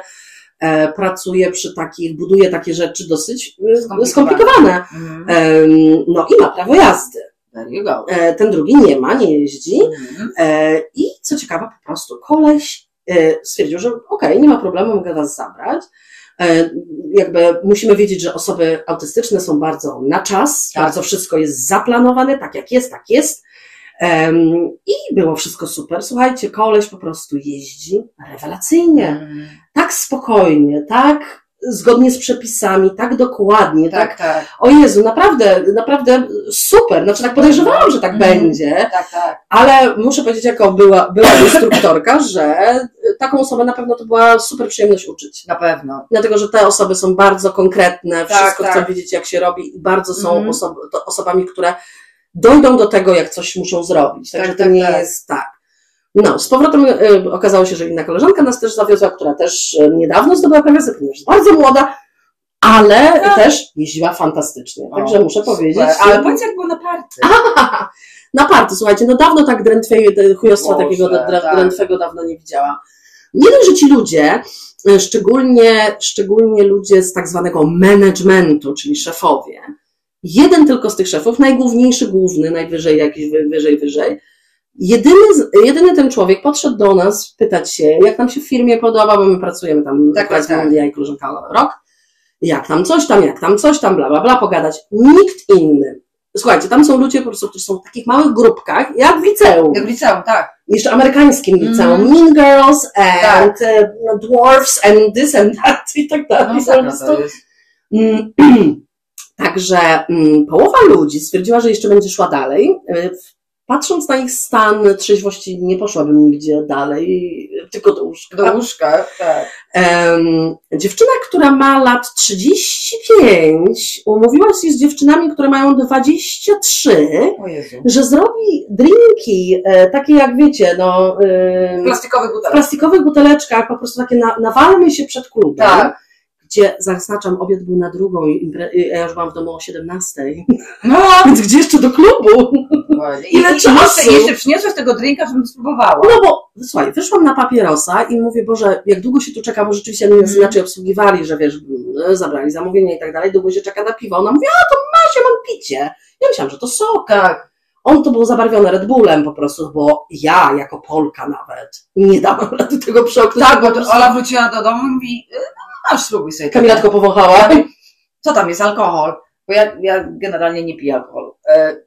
[SPEAKER 1] e, pracuje przy takich, buduje takie rzeczy dosyć e,
[SPEAKER 2] Skomplikowane.
[SPEAKER 1] skomplikowane.
[SPEAKER 2] Mhm.
[SPEAKER 1] Em, No i ma prawo jazdy.
[SPEAKER 2] There you go.
[SPEAKER 1] E, Ten drugi nie ma, nie jeździ.
[SPEAKER 2] Mhm.
[SPEAKER 1] E, I co ciekawe, po prostu koleś e, stwierdził, że okej, nie ma problemu, mogę was zabrać. E, Jakby musimy wiedzieć, że osoby autystyczne są bardzo na czas,
[SPEAKER 2] Tak.
[SPEAKER 1] bardzo wszystko jest zaplanowane, tak jak jest, tak jest. Em, I było wszystko super. Słuchajcie, koleś po prostu jeździ rewelacyjnie,
[SPEAKER 2] Mhm.
[SPEAKER 1] tak spokojnie, tak zgodnie z przepisami, tak dokładnie, tak
[SPEAKER 2] Tak, tak,
[SPEAKER 1] o Jezu, naprawdę, naprawdę super. Znaczy tak podejrzewałam, że tak
[SPEAKER 2] Mhm.
[SPEAKER 1] będzie,
[SPEAKER 2] tak, tak.
[SPEAKER 1] ale muszę powiedzieć jako była, była instruktorka, że y, taką osobę na pewno to była super przyjemność uczyć.
[SPEAKER 2] Na pewno.
[SPEAKER 1] Dlatego, że te osoby są bardzo konkretne,
[SPEAKER 2] Tak,
[SPEAKER 1] wszystko
[SPEAKER 2] tak.
[SPEAKER 1] chcą wiedzieć jak się robi i bardzo są
[SPEAKER 2] Mhm.
[SPEAKER 1] osob to osobami, które dojdą do tego, jak coś muszą zrobić. Także
[SPEAKER 2] Tak,
[SPEAKER 1] to
[SPEAKER 2] tak,
[SPEAKER 1] nie
[SPEAKER 2] tak.
[SPEAKER 1] jest tak. No, z powrotem y, okazało się, że inna koleżanka nas też zawiozła, która też y, niedawno zdobyła prawie ponieważ jest bardzo młoda, ale też jeździła fantastycznie. Także
[SPEAKER 2] Tak. O,
[SPEAKER 1] muszę powiedzieć.
[SPEAKER 2] Super. Ale
[SPEAKER 1] y,
[SPEAKER 2] powiedz jak było na party.
[SPEAKER 1] na party, słuchajcie, no dawno tak drętwie, d- chujostwa
[SPEAKER 2] Boże,
[SPEAKER 1] takiego dr-
[SPEAKER 2] tak.
[SPEAKER 1] drętwego dawno nie widziałam. Nie dość, że ci ludzie, y, szczególnie, szczególnie ludzie z tak zwanego managementu, czyli szefowie, jeden tylko z tych szefów, najgłówniejszy główny, najwyżej jakiś, wy- wyżej, wyżej, jedyny, z- jedyny ten człowiek podszedł do nas pytać się, jak nam się w firmie podoba, bo my pracujemy tam,
[SPEAKER 2] Tak,
[SPEAKER 1] akurat
[SPEAKER 2] tak, tak.
[SPEAKER 1] ja i koleżanka rok, jak tam coś tam, jak tam coś tam, bla, bla, bla, pogadać. Nikt inny. Słuchajcie, tam są ludzie po prostu, którzy są w takich małych grupkach, jak w liceum.
[SPEAKER 2] Jak w liceum, tak.
[SPEAKER 1] Jeszcze amerykańskim liceum.
[SPEAKER 2] Mhm.
[SPEAKER 1] Mean Girls and
[SPEAKER 2] Tak.
[SPEAKER 1] e, no, Dwarfs and this and that i tak dalej.
[SPEAKER 2] No,
[SPEAKER 1] Po
[SPEAKER 2] tak no,
[SPEAKER 1] prostu.
[SPEAKER 2] to jest.
[SPEAKER 1] Mm, Także mm, połowa ludzi stwierdziła, że jeszcze będzie szła dalej. E, Patrząc na ich stan trzeźwości, nie poszłabym nigdzie dalej, tylko do łóżka.
[SPEAKER 2] Do łóżka, tak.
[SPEAKER 1] Em, dziewczyna, która ma lat 35, umówiła się z dziewczynami, które mają 23
[SPEAKER 2] O Jezu.
[SPEAKER 1] że zrobi drinki, e, takie jak wiecie, no, e,
[SPEAKER 2] Plastikowy
[SPEAKER 1] w
[SPEAKER 2] butelek.
[SPEAKER 1] plastikowych buteleczkach, po prostu takie na, nawalmy się przed klubem.
[SPEAKER 2] Tak.
[SPEAKER 1] gdzie zaznaczam, obiad był na drugą, impre- ja już byłam w domu o 17,
[SPEAKER 2] No!
[SPEAKER 1] więc gdzie jeszcze do klubu?
[SPEAKER 2] I,
[SPEAKER 1] Ile
[SPEAKER 2] i,
[SPEAKER 1] czasu?
[SPEAKER 2] Jeszcze, jeszcze przyniosłaś tego drinka, żebym spróbowała.
[SPEAKER 1] No bo słuchaj, wyszłam na papierosa i mówię, Boże, jak długo się tu czeka, bo rzeczywiście mnie
[SPEAKER 2] Mhm.
[SPEAKER 1] inaczej obsługiwali, że wiesz, m, zabrali zamówienie i tak dalej, długo się czeka na piwo. Ona mówi, a to masz, ja mam picie. Ja myślałam, że to sokak. On to był zabarwiony Red Bullem po prostu, bo ja jako Polka nawet nie dałam rady tego przeokryć.
[SPEAKER 2] Tak, bo to Ola wróciła do domu i mówi, y, no masz, spróbuj sobie. tego.
[SPEAKER 1] Kamilatko powąchała.
[SPEAKER 2] No, Co tam jest alkohol? Bo ja, ja generalnie nie piję alkoholu. E,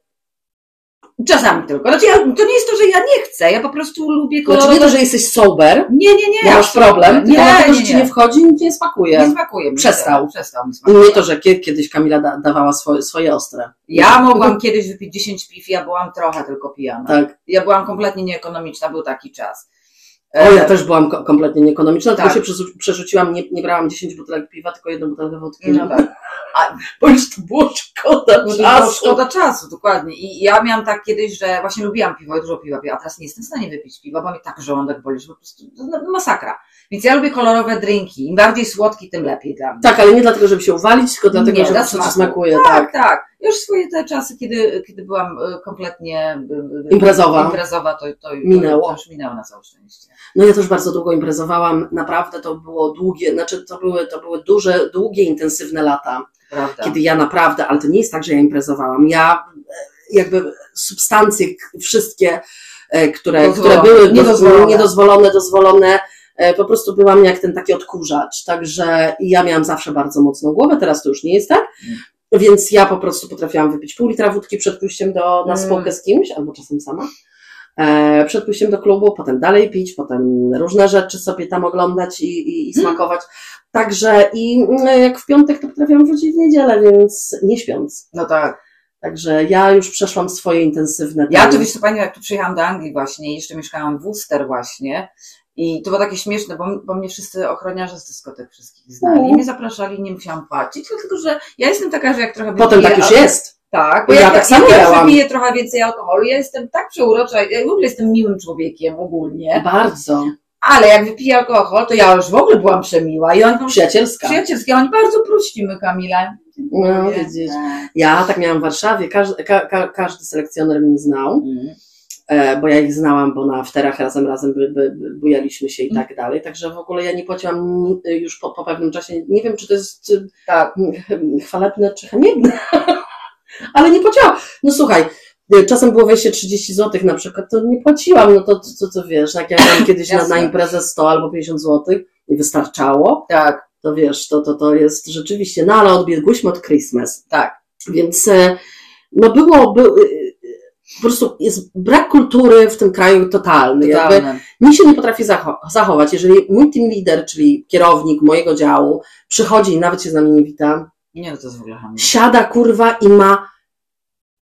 [SPEAKER 2] Czasami tylko. Znaczy ja, to nie jest to, że ja nie chcę, ja po prostu lubię
[SPEAKER 1] Znaczy
[SPEAKER 2] kolorowe...
[SPEAKER 1] nie to, że jesteś sober,
[SPEAKER 2] nie, nie, no, nie.
[SPEAKER 1] bo masz problem,
[SPEAKER 2] Nie,
[SPEAKER 1] tylko dlatego,
[SPEAKER 2] nie,
[SPEAKER 1] że ci
[SPEAKER 2] nie.
[SPEAKER 1] nie wchodzi i nie
[SPEAKER 2] Nie
[SPEAKER 1] smakuje.
[SPEAKER 2] smakuje mi.
[SPEAKER 1] Przestał. No,
[SPEAKER 2] się, Przestał mi
[SPEAKER 1] I
[SPEAKER 2] smakować.
[SPEAKER 1] Nie to, że kie- kiedyś Kamila da, dawała swoje, swoje ostre.
[SPEAKER 2] Ja
[SPEAKER 1] no,
[SPEAKER 2] mogłam kiedyś wypić 10 piw, ja byłam trochę tylko pijana.
[SPEAKER 1] Tak.
[SPEAKER 2] Ja byłam kompletnie nieekonomiczna, był taki czas.
[SPEAKER 1] O, ja
[SPEAKER 2] E,
[SPEAKER 1] też byłam ko- kompletnie nieekonomiczna,
[SPEAKER 2] Tak.
[SPEAKER 1] tylko się przesu- przerzuciłam, nie, nie brałam 10 butelek piwa, tylko jedną butelkę wodki.
[SPEAKER 2] No tak.
[SPEAKER 1] Bo już to było szkoda
[SPEAKER 2] Bo to było
[SPEAKER 1] czasu.
[SPEAKER 2] szkoda czasu, dokładnie. I ja miałam tak kiedyś, że właśnie lubiłam piwo i dużo piwa piłam, a teraz nie jestem w stanie wypić piwa, bo mi tak żołądek boli, że po prostu to no, masakra. Więc ja lubię kolorowe drinki. Im bardziej słodki, tym lepiej dla mnie.
[SPEAKER 1] Tak, ale nie dlatego, żeby się uwalić, tylko dlatego,
[SPEAKER 2] Nie,
[SPEAKER 1] że po
[SPEAKER 2] dla
[SPEAKER 1] prostu ci
[SPEAKER 2] smaku.
[SPEAKER 1] smakuje. Tak.
[SPEAKER 2] Tak, tak. Ja Już swoje te czasy, kiedy, kiedy byłam y, kompletnie y, y,
[SPEAKER 1] Imprezowa.
[SPEAKER 2] imprezowa to, to,
[SPEAKER 1] Minęło.
[SPEAKER 2] to już minęło na całe szczęście.
[SPEAKER 1] No ja też bardzo długo imprezowałam, naprawdę to było długie, znaczy to były, to były duże, długie, intensywne lata,
[SPEAKER 2] Prawda.
[SPEAKER 1] kiedy ja naprawdę, ale to nie jest tak, że ja imprezowałam, ja e, jakby substancje k- wszystkie, e, które, które
[SPEAKER 2] Dozwolone.
[SPEAKER 1] były
[SPEAKER 2] Niedozwolone.
[SPEAKER 1] niedozwolone. niedozwolone, dozwolone, e, po prostu byłam jak ten taki odkurzacz, także i ja miałam zawsze bardzo mocną głowę, teraz to już nie jest tak,
[SPEAKER 2] Mm.
[SPEAKER 1] więc ja po prostu potrafiłam wypić pół litra wódki przed pójściem do, na
[SPEAKER 2] Mm.
[SPEAKER 1] spółkę z kimś, albo czasem sama, e, przed pójściem do klubu, potem dalej pić, potem różne rzeczy sobie tam oglądać i, i, i
[SPEAKER 2] Mm.
[SPEAKER 1] smakować, także i mm, jak w piątek to potrafiłam wrócić w niedzielę, więc nie śpiąc.
[SPEAKER 2] No tak.
[SPEAKER 1] Także ja już przeszłam swoje intensywne.
[SPEAKER 2] Ja
[SPEAKER 1] dni.
[SPEAKER 2] to wiesz, co pani, jak tu przyjechałam do Anglii właśnie, jeszcze mieszkałam w Worcester właśnie i to było takie śmieszne, bo, bo mnie wszyscy ochroniarze z dyskotek wszystkich znali,
[SPEAKER 1] Mhm.
[SPEAKER 2] mnie zapraszali, nie musiałam płacić, no tylko że ja jestem taka, że jak trochę
[SPEAKER 1] Potem
[SPEAKER 2] wypiję,
[SPEAKER 1] tak już
[SPEAKER 2] a-
[SPEAKER 1] jest.
[SPEAKER 2] Tak, bo
[SPEAKER 1] Ja
[SPEAKER 2] ja,
[SPEAKER 1] tak samo
[SPEAKER 2] ja
[SPEAKER 1] miałam.
[SPEAKER 2] piję trochę więcej alkoholu, ja jestem tak przeurocza, ja w ogóle jestem miłym człowiekiem ogólnie,
[SPEAKER 1] Bardzo.
[SPEAKER 2] ale jak wypiję alkohol, to ja już w ogóle byłam przemiła i oni mówią,
[SPEAKER 1] Przyjacielska.
[SPEAKER 2] przyjacielskie, oni bardzo prościmy Kamila.
[SPEAKER 1] No, widzisz. Ja tak miałam w Warszawie. Każdy, ka, ka, każdy selekcjoner mnie znał,
[SPEAKER 2] Mhm.
[SPEAKER 1] e, bo ja ich znałam, bo na afterach razem, razem by, by, by, bujaliśmy się i tak dalej. Także w ogóle ja nie płaciłam ni- już po, po pewnym czasie. Nie wiem, czy to jest y,
[SPEAKER 2] Tak,
[SPEAKER 1] ch- chwalebne czy haniebne, ale nie płaciłam. No słuchaj, y, czasem było wejście 30 zł na przykład, to nie płaciłam, no to co to, wiesz, jak ja miałam kiedyś na, na
[SPEAKER 2] Jasne.
[SPEAKER 1] imprezę 100 albo 50 zł i wystarczało,
[SPEAKER 2] tak,
[SPEAKER 1] to wiesz, to, to, to jest rzeczywiście, no ale odbiegłyśmy od Christmas,
[SPEAKER 2] tak.
[SPEAKER 1] więc e, no było, by, y, y, po prostu jest brak kultury w tym kraju totalny, jakby
[SPEAKER 2] Totalne.
[SPEAKER 1] nikt się nie potrafi zacho- zachować. Jeżeli mój team leader, czyli kierownik mojego działu, przychodzi i nawet się z nami nie wita,
[SPEAKER 2] Nie, no to jest w ogóle hamie.
[SPEAKER 1] siada kurwa i ma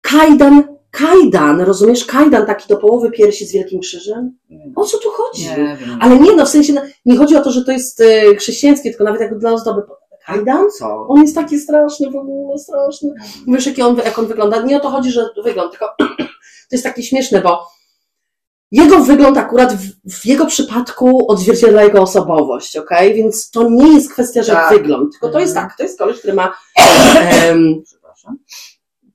[SPEAKER 1] kajdan, kajdan, rozumiesz? Kajdan taki do połowy piersi z wielkim krzyżem. O co tu chodzi?
[SPEAKER 2] Nie wiem.
[SPEAKER 1] Ale nie, no w sensie, no, nie chodzi o to, że to jest e, chrześcijańskie, tylko nawet jakby dla ozdoby. Kajdan?
[SPEAKER 2] Co?
[SPEAKER 1] On jest taki straszny, w ogóle no straszny. Wiesz, jaki on, jak on wygląda? Nie o to chodzi, że wygląd, tylko to jest takie śmieszne, bo jego wygląd akurat w, w jego przypadku odzwierciedla jego osobowość, okej? Więc to nie jest kwestia, że
[SPEAKER 2] Tak.
[SPEAKER 1] wygląd, tylko to jest
[SPEAKER 2] Mhm.
[SPEAKER 1] tak, to jest koleś, który ma em,
[SPEAKER 2] Przepraszam.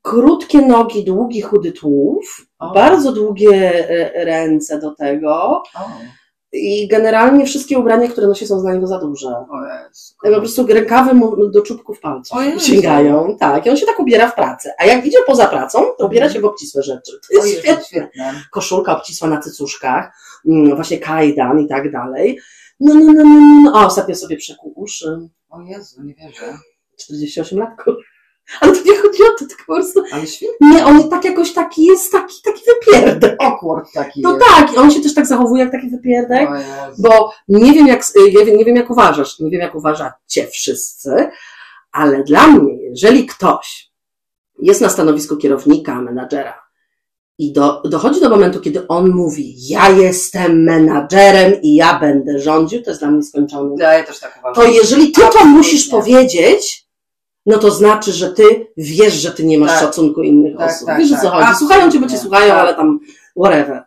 [SPEAKER 1] krótkie nogi, długi, chudy tułów,
[SPEAKER 2] O.
[SPEAKER 1] bardzo długie e, ręce do tego
[SPEAKER 2] O,
[SPEAKER 1] i generalnie wszystkie ubrania, które nosi, są dla niego za duże.
[SPEAKER 2] o Jezu.
[SPEAKER 1] Po prostu rękawy mu do czubków palców
[SPEAKER 2] O Jezu.
[SPEAKER 1] sięgają. Tak, i on się tak ubiera w pracy. A jak idzie poza pracą, to ubiera się w obcisłe rzeczy. Mhm. To
[SPEAKER 2] O
[SPEAKER 1] jest
[SPEAKER 2] Jezu,
[SPEAKER 1] świetne.
[SPEAKER 2] świetne.
[SPEAKER 1] Koszulka obcisła na cycuszkach, mm, właśnie kajdan i tak dalej. No, no, no, no, no, no. A ostatnio sobie przekuł uszy.
[SPEAKER 2] O Jezu, nie wierzę.
[SPEAKER 1] 48 lat. kurwa. Ale to nie chodzi o to, tylko po prostu
[SPEAKER 2] Ale świetny
[SPEAKER 1] Nie, on tak jakoś taki jest, taki, taki wypierdek.
[SPEAKER 2] awkward taki
[SPEAKER 1] No
[SPEAKER 2] jest.
[SPEAKER 1] tak, i on się też tak zachowuje jak taki wypierdek,
[SPEAKER 2] O Jezu.
[SPEAKER 1] bo nie wiem jak, ja wiem- nie wiem jak uważasz, nie wiem jak uważacie wszyscy, ale dla mnie, jeżeli ktoś jest na stanowisku kierownika, menadżera i do, dochodzi do momentu, kiedy on mówi, ja jestem menadżerem i ja będę rządził, to jest dla mnie skończone.
[SPEAKER 2] Ja, ja też tak uważam.
[SPEAKER 1] To jeżeli ty to
[SPEAKER 2] Absolutnie.
[SPEAKER 1] musisz powiedzieć, no to znaczy, że ty wiesz, że ty nie masz
[SPEAKER 2] Tak.
[SPEAKER 1] szacunku innych
[SPEAKER 2] Tak,
[SPEAKER 1] osób.
[SPEAKER 2] tak,
[SPEAKER 1] wiesz, o
[SPEAKER 2] tak.
[SPEAKER 1] co chodzi.
[SPEAKER 2] Absolutnie.
[SPEAKER 1] Słuchają cię, bo cię słuchają,
[SPEAKER 2] Tak.
[SPEAKER 1] ale tam whatever.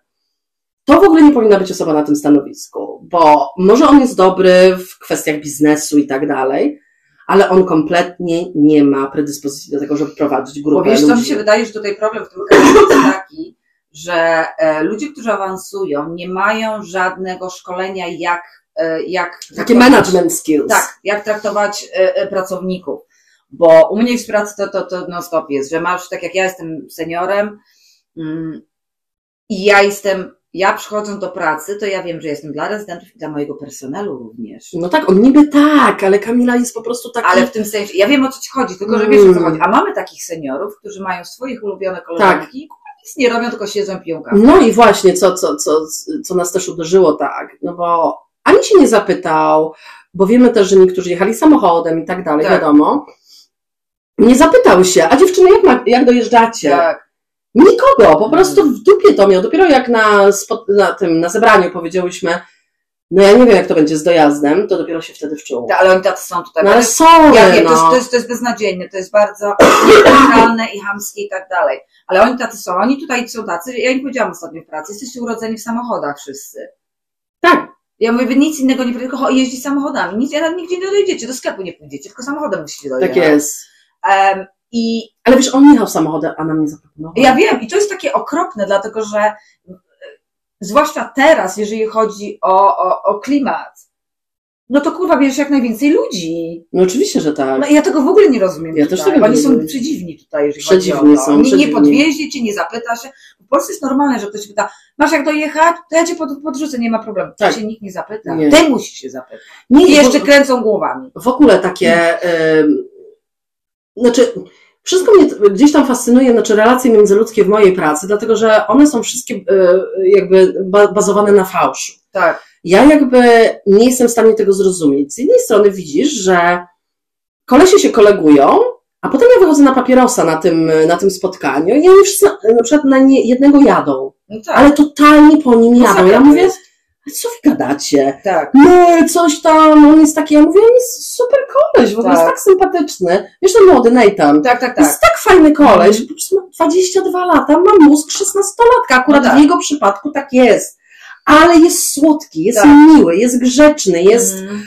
[SPEAKER 1] To w ogóle nie powinna być osoba na tym stanowisku, bo może on jest dobry w kwestiach biznesu i tak dalej, ale on kompletnie nie ma predyspozycji do tego, żeby prowadzić
[SPEAKER 2] Bo
[SPEAKER 1] grupę
[SPEAKER 2] wiesz, co mi
[SPEAKER 1] ludzi.
[SPEAKER 2] się wydaje, że tutaj problem w tym kraju jest taki, że e, ludzie, którzy awansują, nie mają żadnego szkolenia, jak. e, jak
[SPEAKER 1] Takie management skills.
[SPEAKER 2] Tak, jak traktować e, e, pracowników. Bo u mnie w pracy to, to, to non stop jest, że masz, tak jak ja jestem seniorem mm, i ja jestem, ja przychodząc do pracy, to ja wiem, że jestem dla rezydentów i dla mojego personelu również.
[SPEAKER 1] No tak, on niby tak, ale Kamila jest po prostu taki...
[SPEAKER 2] Ale w tym sensie, ja wiem o co ci chodzi, tylko że
[SPEAKER 1] Tak, Mm. Tak.
[SPEAKER 2] wiesz o co chodzi. A mamy takich seniorów, którzy mają swoich ulubionych koleżanki, kurwa, nic nie robią, tylko siedzą i piją kawę.
[SPEAKER 1] No i właśnie, co, co, co, co nas też uderzyło tak, no bo ani się nie zapytał, bo wiemy też, że niektórzy jechali samochodem i tak dalej,
[SPEAKER 2] Tak.
[SPEAKER 1] wiadomo. Nie zapytał się, a dziewczyny, jak, ma, jak dojeżdżacie?
[SPEAKER 2] Tak,
[SPEAKER 1] Nikogo, po
[SPEAKER 2] Mm.
[SPEAKER 1] prostu w dupie to miał. Dopiero jak na, spo- na tym, na zebraniu powiedziałyśmy, no ja nie wiem, jak to będzie z dojazdem, to dopiero się wtedy wczuł.
[SPEAKER 2] ale oni tacy są tutaj.
[SPEAKER 1] No
[SPEAKER 2] Tak, Ale
[SPEAKER 1] ale sorry,
[SPEAKER 2] Ja
[SPEAKER 1] ja
[SPEAKER 2] wiem, to,
[SPEAKER 1] no.
[SPEAKER 2] jest, to, jest, to jest beznadziejne, to jest bardzo kulturalne i hamskie i tak dalej. Ale oni tacy są, oni tutaj są tacy, ja im powiedziałam ostatnio w pracy, jesteście urodzeni w samochodach wszyscy.
[SPEAKER 1] Tak.
[SPEAKER 2] Ja mówię, wy nic innego nie tylko jeździ samochodami, nic, ja nigdzie nie dojedziecie, do sklepu nie pójdziecie, tylko samochodem musicie dojechać.
[SPEAKER 1] Tak jest.
[SPEAKER 2] Em, I
[SPEAKER 1] Ale wiesz, on jechał samochodem, a nam nie No. zaproponował.
[SPEAKER 2] ja wiem, i to jest takie okropne, dlatego że e, zwłaszcza teraz, jeżeli chodzi o, o, o klimat, no to kurwa bierzesz jak najwięcej ludzi.
[SPEAKER 1] No oczywiście, że tak.
[SPEAKER 2] No i ja tego w ogóle nie rozumiem.
[SPEAKER 1] Ja
[SPEAKER 2] tutaj.
[SPEAKER 1] też tego nie
[SPEAKER 2] Oni są
[SPEAKER 1] rozumiem.
[SPEAKER 2] przedziwni tutaj, jeżeli chodzi o
[SPEAKER 1] Przedziwni
[SPEAKER 2] to.
[SPEAKER 1] są,
[SPEAKER 2] nie, nie
[SPEAKER 1] przedziwni.
[SPEAKER 2] podwiezie cię, nie zapyta się. W Polsce jest normalne, że ktoś pyta, masz jak dojechać? To ja cię pod, podrzucę, nie ma problemu. Tak.
[SPEAKER 1] Tak.
[SPEAKER 2] Cię nikt nie zapyta.
[SPEAKER 1] Nie.
[SPEAKER 2] Ty musisz się zapytać.
[SPEAKER 1] Nie,
[SPEAKER 2] No I jeszcze
[SPEAKER 1] bo-
[SPEAKER 2] kręcą głowami.
[SPEAKER 1] w ogóle takie. ym, Znaczy, wszystko mnie t- gdzieś tam fascynuje, znaczy relacje międzyludzkie w mojej pracy, dlatego że one są wszystkie y, jakby ba- bazowane na fałszu.
[SPEAKER 2] Tak.
[SPEAKER 1] Ja jakby nie jestem w stanie tego zrozumieć. Z jednej strony widzisz, że kolesie się kolegują, a potem ja wychodzę na papierosa na tym, na tym spotkaniu i oni wszyscy na- na przykład na nie, jednego jadą,
[SPEAKER 2] No tak.
[SPEAKER 1] ale totalnie po nim jadą.
[SPEAKER 2] Masakra
[SPEAKER 1] Ja
[SPEAKER 2] to
[SPEAKER 1] mówię,
[SPEAKER 2] jest.
[SPEAKER 1] "A co wy gadacie?
[SPEAKER 2] tak.
[SPEAKER 1] no coś tam, on jest taki, ja mówię, on jest super koleś, w ogóle
[SPEAKER 2] Tak.
[SPEAKER 1] jest tak sympatyczny. Wiesz, ten młody Nathan,
[SPEAKER 2] Tak, tak, tak.
[SPEAKER 1] jest tak fajny koleś, po prostu ma 22 lata, ma mózg 16-latka, akurat
[SPEAKER 2] No tak.
[SPEAKER 1] w jego przypadku tak jest. Ale jest słodki, jest
[SPEAKER 2] Tak.
[SPEAKER 1] miły, jest grzeczny, jest,
[SPEAKER 2] Mm.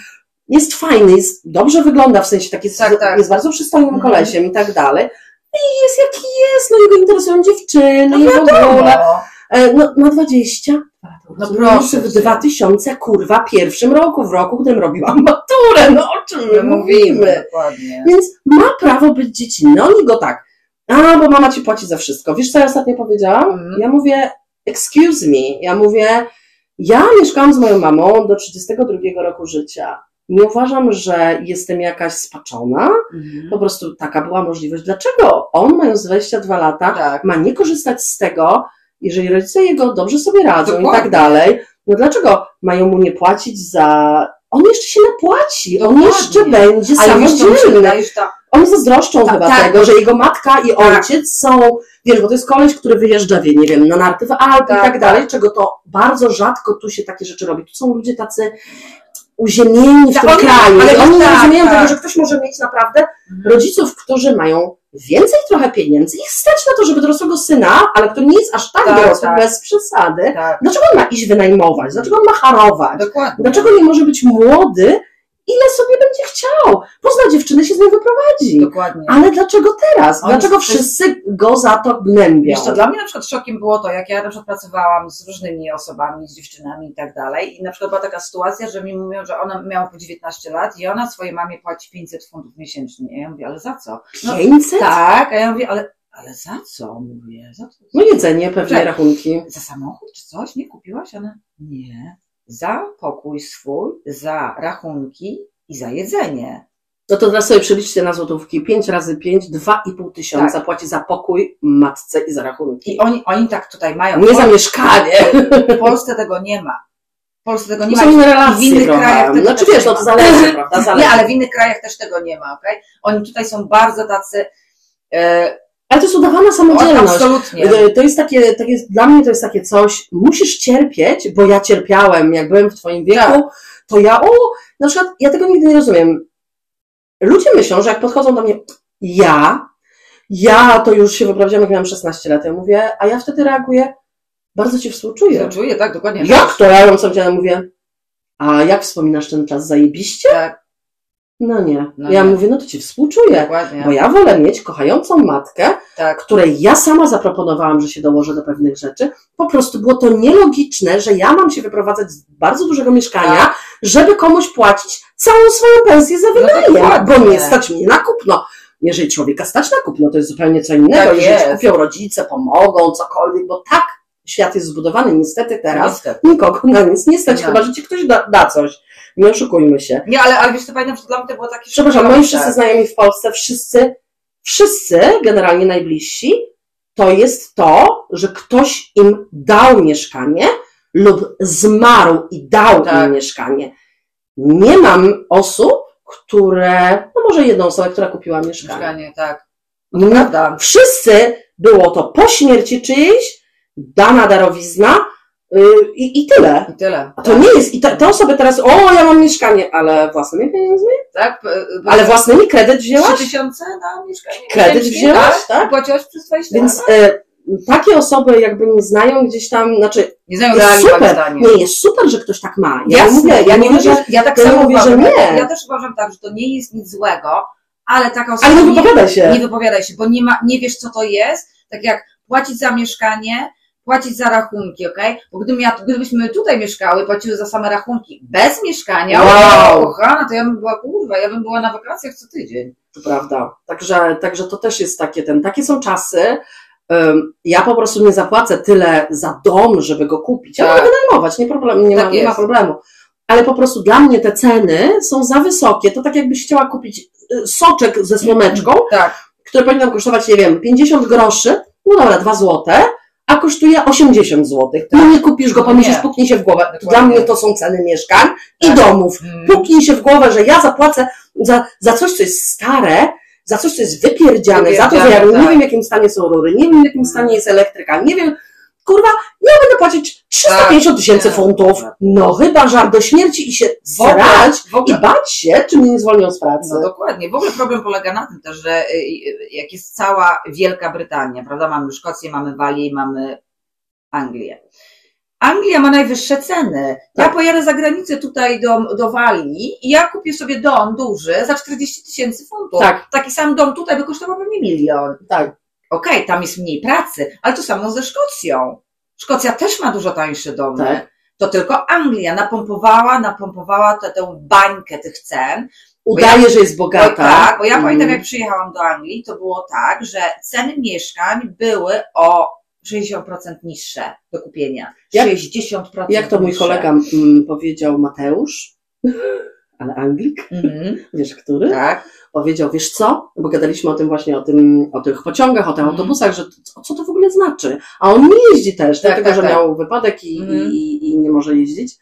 [SPEAKER 1] jest fajny, jest, dobrze wygląda, w sensie taki jest,
[SPEAKER 2] Tak, tak.
[SPEAKER 1] jest bardzo przystojnym
[SPEAKER 2] Mhm.
[SPEAKER 1] kolesiem i tak dalej. I jest jaki jest, no jego interesują dziewczyny, no, i w ogóle.
[SPEAKER 2] No.
[SPEAKER 1] E, No, na 20.
[SPEAKER 2] No
[SPEAKER 1] No
[SPEAKER 2] proszę
[SPEAKER 1] proszę, w
[SPEAKER 2] cię.
[SPEAKER 1] 2000, kurwa, pierwszym roku, w roku, w którym robiłam maturę, no o czym my mówimy.
[SPEAKER 2] Dokładnie.
[SPEAKER 1] Więc ma prawo być dziecinny. Oni go tak, a, bo mama ci płaci za wszystko. Wiesz, co ja ostatnio powiedziałam?
[SPEAKER 2] Mhm.
[SPEAKER 1] Ja mówię, excuse me, ja mówię, ja mieszkałam z moją mamą do 32 roku życia. Nie uważam, że jestem jakaś spaczona,
[SPEAKER 2] Mhm.
[SPEAKER 1] po prostu taka była możliwość. Dlaczego on, mając 22 lata,
[SPEAKER 2] Tak.
[SPEAKER 1] ma nie korzystać z tego, jeżeli rodzice jego dobrze sobie radzą
[SPEAKER 2] Dokładnie.
[SPEAKER 1] i tak dalej. No dlaczego mają mu nie płacić za. On jeszcze się napłaci,
[SPEAKER 2] Dokładnie.
[SPEAKER 1] on jeszcze będzie
[SPEAKER 2] Ale już to mi się
[SPEAKER 1] samodzielny.
[SPEAKER 2] wydaje, że ta...
[SPEAKER 1] Oni zazdroszczą
[SPEAKER 2] Ta-
[SPEAKER 1] chyba
[SPEAKER 2] tak.
[SPEAKER 1] tego, że jego matka i
[SPEAKER 2] Tak.
[SPEAKER 1] ojciec są, wiesz, bo to jest koleś, który wyjeżdża, wie, nie wiem, na narty w Alpy
[SPEAKER 2] Tak,
[SPEAKER 1] i tak dalej, czego to bardzo rzadko tu się takie rzeczy robi. Tu są ludzie tacy uziemieni w
[SPEAKER 2] Tak,
[SPEAKER 1] tym
[SPEAKER 2] oni-
[SPEAKER 1] kraju.
[SPEAKER 2] ale
[SPEAKER 1] i Oni nie
[SPEAKER 2] tak,
[SPEAKER 1] rozumieją
[SPEAKER 2] tak.
[SPEAKER 1] tego, że ktoś może mieć naprawdę
[SPEAKER 2] Mhm.
[SPEAKER 1] rodziców, którzy mają więcej trochę pieniędzy i stać na to, żeby dorosłego syna, ale który nie jest aż tak,
[SPEAKER 2] Tak,
[SPEAKER 1] dorosły,
[SPEAKER 2] tak.
[SPEAKER 1] bez przesady,
[SPEAKER 2] Tak.
[SPEAKER 1] dlaczego on ma iść wynajmować? Dlaczego on ma harować?
[SPEAKER 2] Dokładnie.
[SPEAKER 1] Dlaczego nie może być młody, ile sobie będzie chciał? Pozna dziewczynę, się z nią wyprowadzi.
[SPEAKER 2] Dokładnie.
[SPEAKER 1] Ale dlaczego teraz?
[SPEAKER 2] On
[SPEAKER 1] Dlaczego
[SPEAKER 2] jest-
[SPEAKER 1] wszyscy go za to gnębią?
[SPEAKER 2] Wiesz co, dla mnie na przykład szokiem było to, jak ja na przykład pracowałam z różnymi osobami, z dziewczynami i tak dalej i na przykład była taka sytuacja, że mi mówią, że ona miała po 19 lat i ona swojej mamie płaci 500 funtów miesięcznie. A ja mówię, ale za co? No,
[SPEAKER 1] 500?
[SPEAKER 2] tak, a ja mówię, ale, ale za co? Mówię, za co?
[SPEAKER 1] No jedzenie, pewnie
[SPEAKER 2] Tak.
[SPEAKER 1] rachunki.
[SPEAKER 2] Za samochód czy coś? Nie kupiłaś? Ona, nie. Za pokój swój, za rachunki i za jedzenie.
[SPEAKER 1] No to teraz sobie przeliczcie na złotówki. 5 razy 5, 2,5 tysiąca płaci za pokój, matce i za rachunki.
[SPEAKER 2] I oni, oni tak tutaj mają.
[SPEAKER 1] Nie za mieszkanie.
[SPEAKER 2] W Polsce tego nie ma. W Polsce tego nie
[SPEAKER 1] To
[SPEAKER 2] ma.
[SPEAKER 1] są inne
[SPEAKER 2] w innych
[SPEAKER 1] relacje trochę.
[SPEAKER 2] krajach tego
[SPEAKER 1] Znaczy
[SPEAKER 2] też
[SPEAKER 1] wiesz,
[SPEAKER 2] nie
[SPEAKER 1] no to
[SPEAKER 2] ma.
[SPEAKER 1] zależy, prawda? Zależy.
[SPEAKER 2] Nie, ale w innych krajach też tego nie ma, okej? Oni tutaj są bardzo tacy. E,
[SPEAKER 1] ale to jest udawana samodzielność.
[SPEAKER 2] absolutnie.
[SPEAKER 1] Y, To jest takie, takie, dla mnie to jest takie coś, musisz cierpieć, bo ja cierpiałem, jak byłem w twoim wieku,
[SPEAKER 2] Tak.
[SPEAKER 1] to ja, o, na przykład, ja tego nigdy nie rozumiem. Ludzie myślą, że jak podchodzą do mnie, ja, ja to już się wyprowadziłam, jak miałam 16 lat, ja mówię, a ja wtedy reaguję, bardzo cię współczuję.
[SPEAKER 2] Ja czuję, tak, dokładnie.
[SPEAKER 1] Jak to? Ja ją co mówię, a jak wspominasz ten czas, zajebiście?
[SPEAKER 2] Tak.
[SPEAKER 1] No nie.
[SPEAKER 2] No
[SPEAKER 1] ja
[SPEAKER 2] nie.
[SPEAKER 1] mówię, no to ci współczuję,
[SPEAKER 2] Dokładnie.
[SPEAKER 1] bo ja wolę mieć kochającą matkę,
[SPEAKER 2] Tak,
[SPEAKER 1] której ja sama zaproponowałam, że się dołożę do pewnych rzeczy. Po prostu było to nielogiczne, że ja mam się wyprowadzać z bardzo dużego mieszkania,
[SPEAKER 2] Tak.
[SPEAKER 1] żeby komuś płacić całą swoją pensję za wynajem,
[SPEAKER 2] No dokładnie.
[SPEAKER 1] bo nie stać mnie na kupno. Jeżeli człowieka stać na kupno, to jest zupełnie co innego.
[SPEAKER 2] Tak
[SPEAKER 1] Jeżeli
[SPEAKER 2] jest.
[SPEAKER 1] kupią rodzice, pomogą, cokolwiek, bo tak świat jest zbudowany niestety teraz.
[SPEAKER 2] niestety.
[SPEAKER 1] Nikogo na nic nie stać,
[SPEAKER 2] Nie.
[SPEAKER 1] chyba że ci ktoś da, da coś. Nie oszukujmy się.
[SPEAKER 2] Nie, ale, ale wiesz co, pamiętam, że dla mnie to było takie
[SPEAKER 1] Przepraszam,
[SPEAKER 2] szokujące.
[SPEAKER 1] moi wszyscy znajomi w Polsce, wszyscy, wszyscy generalnie najbliżsi, to jest to, że ktoś im dał mieszkanie lub zmarł i dał
[SPEAKER 2] Tak.
[SPEAKER 1] im mieszkanie. Nie mam osób, które, no może jedną osobę, która kupiła mieszkanie.
[SPEAKER 2] Mieszkanie, tak.
[SPEAKER 1] Na,
[SPEAKER 2] Prawda.
[SPEAKER 1] wszyscy było to po śmierci czyjejś, dana darowizna yy, i, i tyle.
[SPEAKER 2] I tyle.
[SPEAKER 1] A to nie jest, i te, te osoby teraz, o ja mam mieszkanie, ale własnymi pieniędzmi?
[SPEAKER 2] Tak? p-
[SPEAKER 1] Ale własnymi kredyt wzięłaś?
[SPEAKER 2] 3 tysiące na mieszkanie.
[SPEAKER 1] Kredyt
[SPEAKER 2] miesięcznie,
[SPEAKER 1] wzięłaś, tak?
[SPEAKER 2] Płaciłaś przez 20
[SPEAKER 1] Więc
[SPEAKER 2] lat.
[SPEAKER 1] e, takie osoby jakby nie znają gdzieś tam, znaczy
[SPEAKER 2] Nie znają
[SPEAKER 1] jest
[SPEAKER 2] realiów, moim
[SPEAKER 1] super,
[SPEAKER 2] zdaniem.
[SPEAKER 1] nie jest super, że ktoś tak ma. Ja
[SPEAKER 2] Jasne,
[SPEAKER 1] mówię, ja nie mówię, że...
[SPEAKER 2] ja tak
[SPEAKER 1] ja
[SPEAKER 2] samo
[SPEAKER 1] mówię,
[SPEAKER 2] uważam.
[SPEAKER 1] że
[SPEAKER 2] Ja,
[SPEAKER 1] nie.
[SPEAKER 2] ja też uważam tak, że to nie jest nic złego, ale taka osoba
[SPEAKER 1] Ale no, nie wypowiadaj
[SPEAKER 2] nie
[SPEAKER 1] się.
[SPEAKER 2] wypowiadaj się, bo nie, ma, nie wiesz, co to jest. Tak jak płacić za mieszkanie, płacić za rachunki, okej? Bo gdybym ja, gdybyśmy tutaj mieszkały, płaciły za same rachunki bez mieszkania,
[SPEAKER 1] Wow.
[SPEAKER 2] kochana, to ja bym była kurwa, ja bym była na wakacjach co tydzień.
[SPEAKER 1] To prawda. Także, także to też jest takie, ten, takie są czasy. Ym, Ja po prostu nie zapłacę tyle za dom, żeby go kupić. Ja
[SPEAKER 2] Tak.
[SPEAKER 1] mogę wynajmować, nie, problem, nie, ma,
[SPEAKER 2] Tak
[SPEAKER 1] nie ma
[SPEAKER 2] jest.
[SPEAKER 1] problemu. Ale po prostu dla mnie te ceny są za wysokie. To tak jakbyś chciała kupić y, soczek ze słomeczką,
[SPEAKER 2] Tak,
[SPEAKER 1] które powinno kosztować, nie wiem, 50 groszy, no dobra, 2 złote, a kosztuje 80 złotych. No nie kupisz go,
[SPEAKER 2] No
[SPEAKER 1] pomyślisz,
[SPEAKER 2] nie.
[SPEAKER 1] puknij się w głowę.
[SPEAKER 2] Dokładnie.
[SPEAKER 1] Dla mnie to są ceny mieszkań i
[SPEAKER 2] Tak.
[SPEAKER 1] domów.
[SPEAKER 2] mm,
[SPEAKER 1] Puknij się w głowę, że ja zapłacę za, za coś, co jest stare, za coś, co jest wypierdziane, za to, że ja
[SPEAKER 2] Wypierdziane,
[SPEAKER 1] nie
[SPEAKER 2] tak.
[SPEAKER 1] wiem, w jakim stanie są rury, nie wiem, w jakim stanie jest elektryka, nie wiem, kurwa, ja będę płacić 350 tysięcy
[SPEAKER 2] Tak.
[SPEAKER 1] funtów. No chyba żar do śmierci i się
[SPEAKER 2] W ogóle.
[SPEAKER 1] zrać
[SPEAKER 2] w ogóle
[SPEAKER 1] i bać się, czy mnie nie zwolnią z pracy.
[SPEAKER 2] No dokładnie. W ogóle problem polega na tym też, że y, y, jak jest cała Wielka Brytania, prawda? Mamy Szkocję, mamy Walię i mamy Anglię. Anglia ma najwyższe ceny. Ja
[SPEAKER 1] Tak.
[SPEAKER 2] pojadę za granicę tutaj do, do Walii i ja kupię sobie dom duży za 40 tysięcy funtów.
[SPEAKER 1] Tak.
[SPEAKER 2] Taki sam dom tutaj by kosztował pewnie milion.
[SPEAKER 1] tak.
[SPEAKER 2] Okej, tam jest mniej pracy, ale to samo ze Szkocją. Szkocja też ma dużo tańsze domy.
[SPEAKER 1] Tak.
[SPEAKER 2] To tylko Anglia napompowała, napompowała tę- tę bańkę tych cen
[SPEAKER 1] Udaje, że jest bogata.
[SPEAKER 2] Oj, tak, bo ja pamiętam,
[SPEAKER 1] Mm.
[SPEAKER 2] jak przyjechałam do Anglii, to było tak, że ceny mieszkań były o 60% niższe do kupienia.
[SPEAKER 1] Jak-
[SPEAKER 2] 60%.
[SPEAKER 1] Jak to mój
[SPEAKER 2] niższe.
[SPEAKER 1] kolega mm, powiedział Mateusz, ale Anglik,
[SPEAKER 2] Mhm,
[SPEAKER 1] wiesz który,
[SPEAKER 2] tak,
[SPEAKER 1] powiedział, wiesz co, bo gadaliśmy o tym właśnie, o, tym, o tych pociągach, o tych
[SPEAKER 2] Mhm.
[SPEAKER 1] autobusach, że co- co to w ogóle znaczy? A on nie jeździ też,
[SPEAKER 2] Tak,
[SPEAKER 1] dlatego,
[SPEAKER 2] tak,
[SPEAKER 1] że
[SPEAKER 2] tak.
[SPEAKER 1] miał wypadek i,
[SPEAKER 2] Mhm.
[SPEAKER 1] i, i nie może jeździć.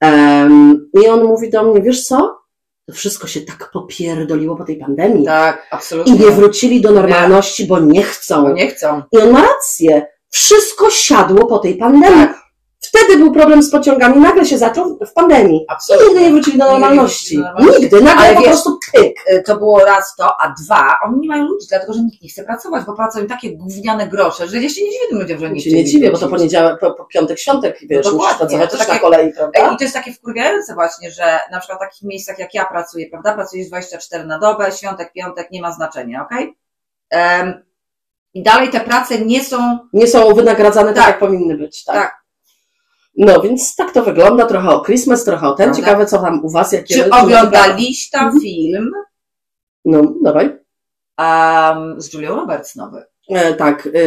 [SPEAKER 1] Em, I on mówi do mnie, wiesz co, to wszystko się tak popierdoliło po tej pandemii
[SPEAKER 2] tak,
[SPEAKER 1] i
[SPEAKER 2] absolutnie.
[SPEAKER 1] nie wrócili do normalności, bo nie chcą.
[SPEAKER 2] Bo nie chcą.
[SPEAKER 1] I on ma rację. Wszystko siadło po tej pandemii.
[SPEAKER 2] Tak.
[SPEAKER 1] Wtedy był problem z pociągami, nagle się zaczął w pandemii. I nigdy nie wrócili do
[SPEAKER 2] Nigdy nie
[SPEAKER 1] normalności.
[SPEAKER 2] wrócili do normalności.
[SPEAKER 1] Nigdy, nagle
[SPEAKER 2] Ale
[SPEAKER 1] po
[SPEAKER 2] wiesz-
[SPEAKER 1] prostu pyk.
[SPEAKER 2] Y, To było raz to, a dwa, oni nie mają ludzi, dlatego że nikt nie chce pracować, bo płacą im takie gówniane grosze, że ja się nie dziwię ludziom, że
[SPEAKER 1] Ja
[SPEAKER 2] nie
[SPEAKER 1] się nie
[SPEAKER 2] chcieli
[SPEAKER 1] dziwię, bo to
[SPEAKER 2] wrócić.
[SPEAKER 1] poniedziałek, po, po piątek, świątek, wiesz, musisz
[SPEAKER 2] dokładnie.
[SPEAKER 1] pracować
[SPEAKER 2] To
[SPEAKER 1] też na
[SPEAKER 2] takie-
[SPEAKER 1] kolei,
[SPEAKER 2] Ej,
[SPEAKER 1] prawda?
[SPEAKER 2] I to jest takie wkurwiające właśnie, że na przykład w takich miejscach jak ja pracuję, prawda? Pracujesz 24 na dobę, świątek, piątek, nie ma znaczenia, okej? Em, I dalej te prace nie są
[SPEAKER 1] Nie są wynagradzane tak,
[SPEAKER 2] Tak.
[SPEAKER 1] jak powinny być, tak.
[SPEAKER 2] Tak.
[SPEAKER 1] No więc tak to wygląda, trochę o Christmas, trochę o ten.
[SPEAKER 2] Prawda.
[SPEAKER 1] Ciekawe, co tam u was, jakie...
[SPEAKER 2] Czy
[SPEAKER 1] ludzie-
[SPEAKER 2] oglądaliście tam
[SPEAKER 1] Mhm.
[SPEAKER 2] film
[SPEAKER 1] No, dawaj.
[SPEAKER 2] em, z Julią Roberts nowy?
[SPEAKER 1] E, tak, e,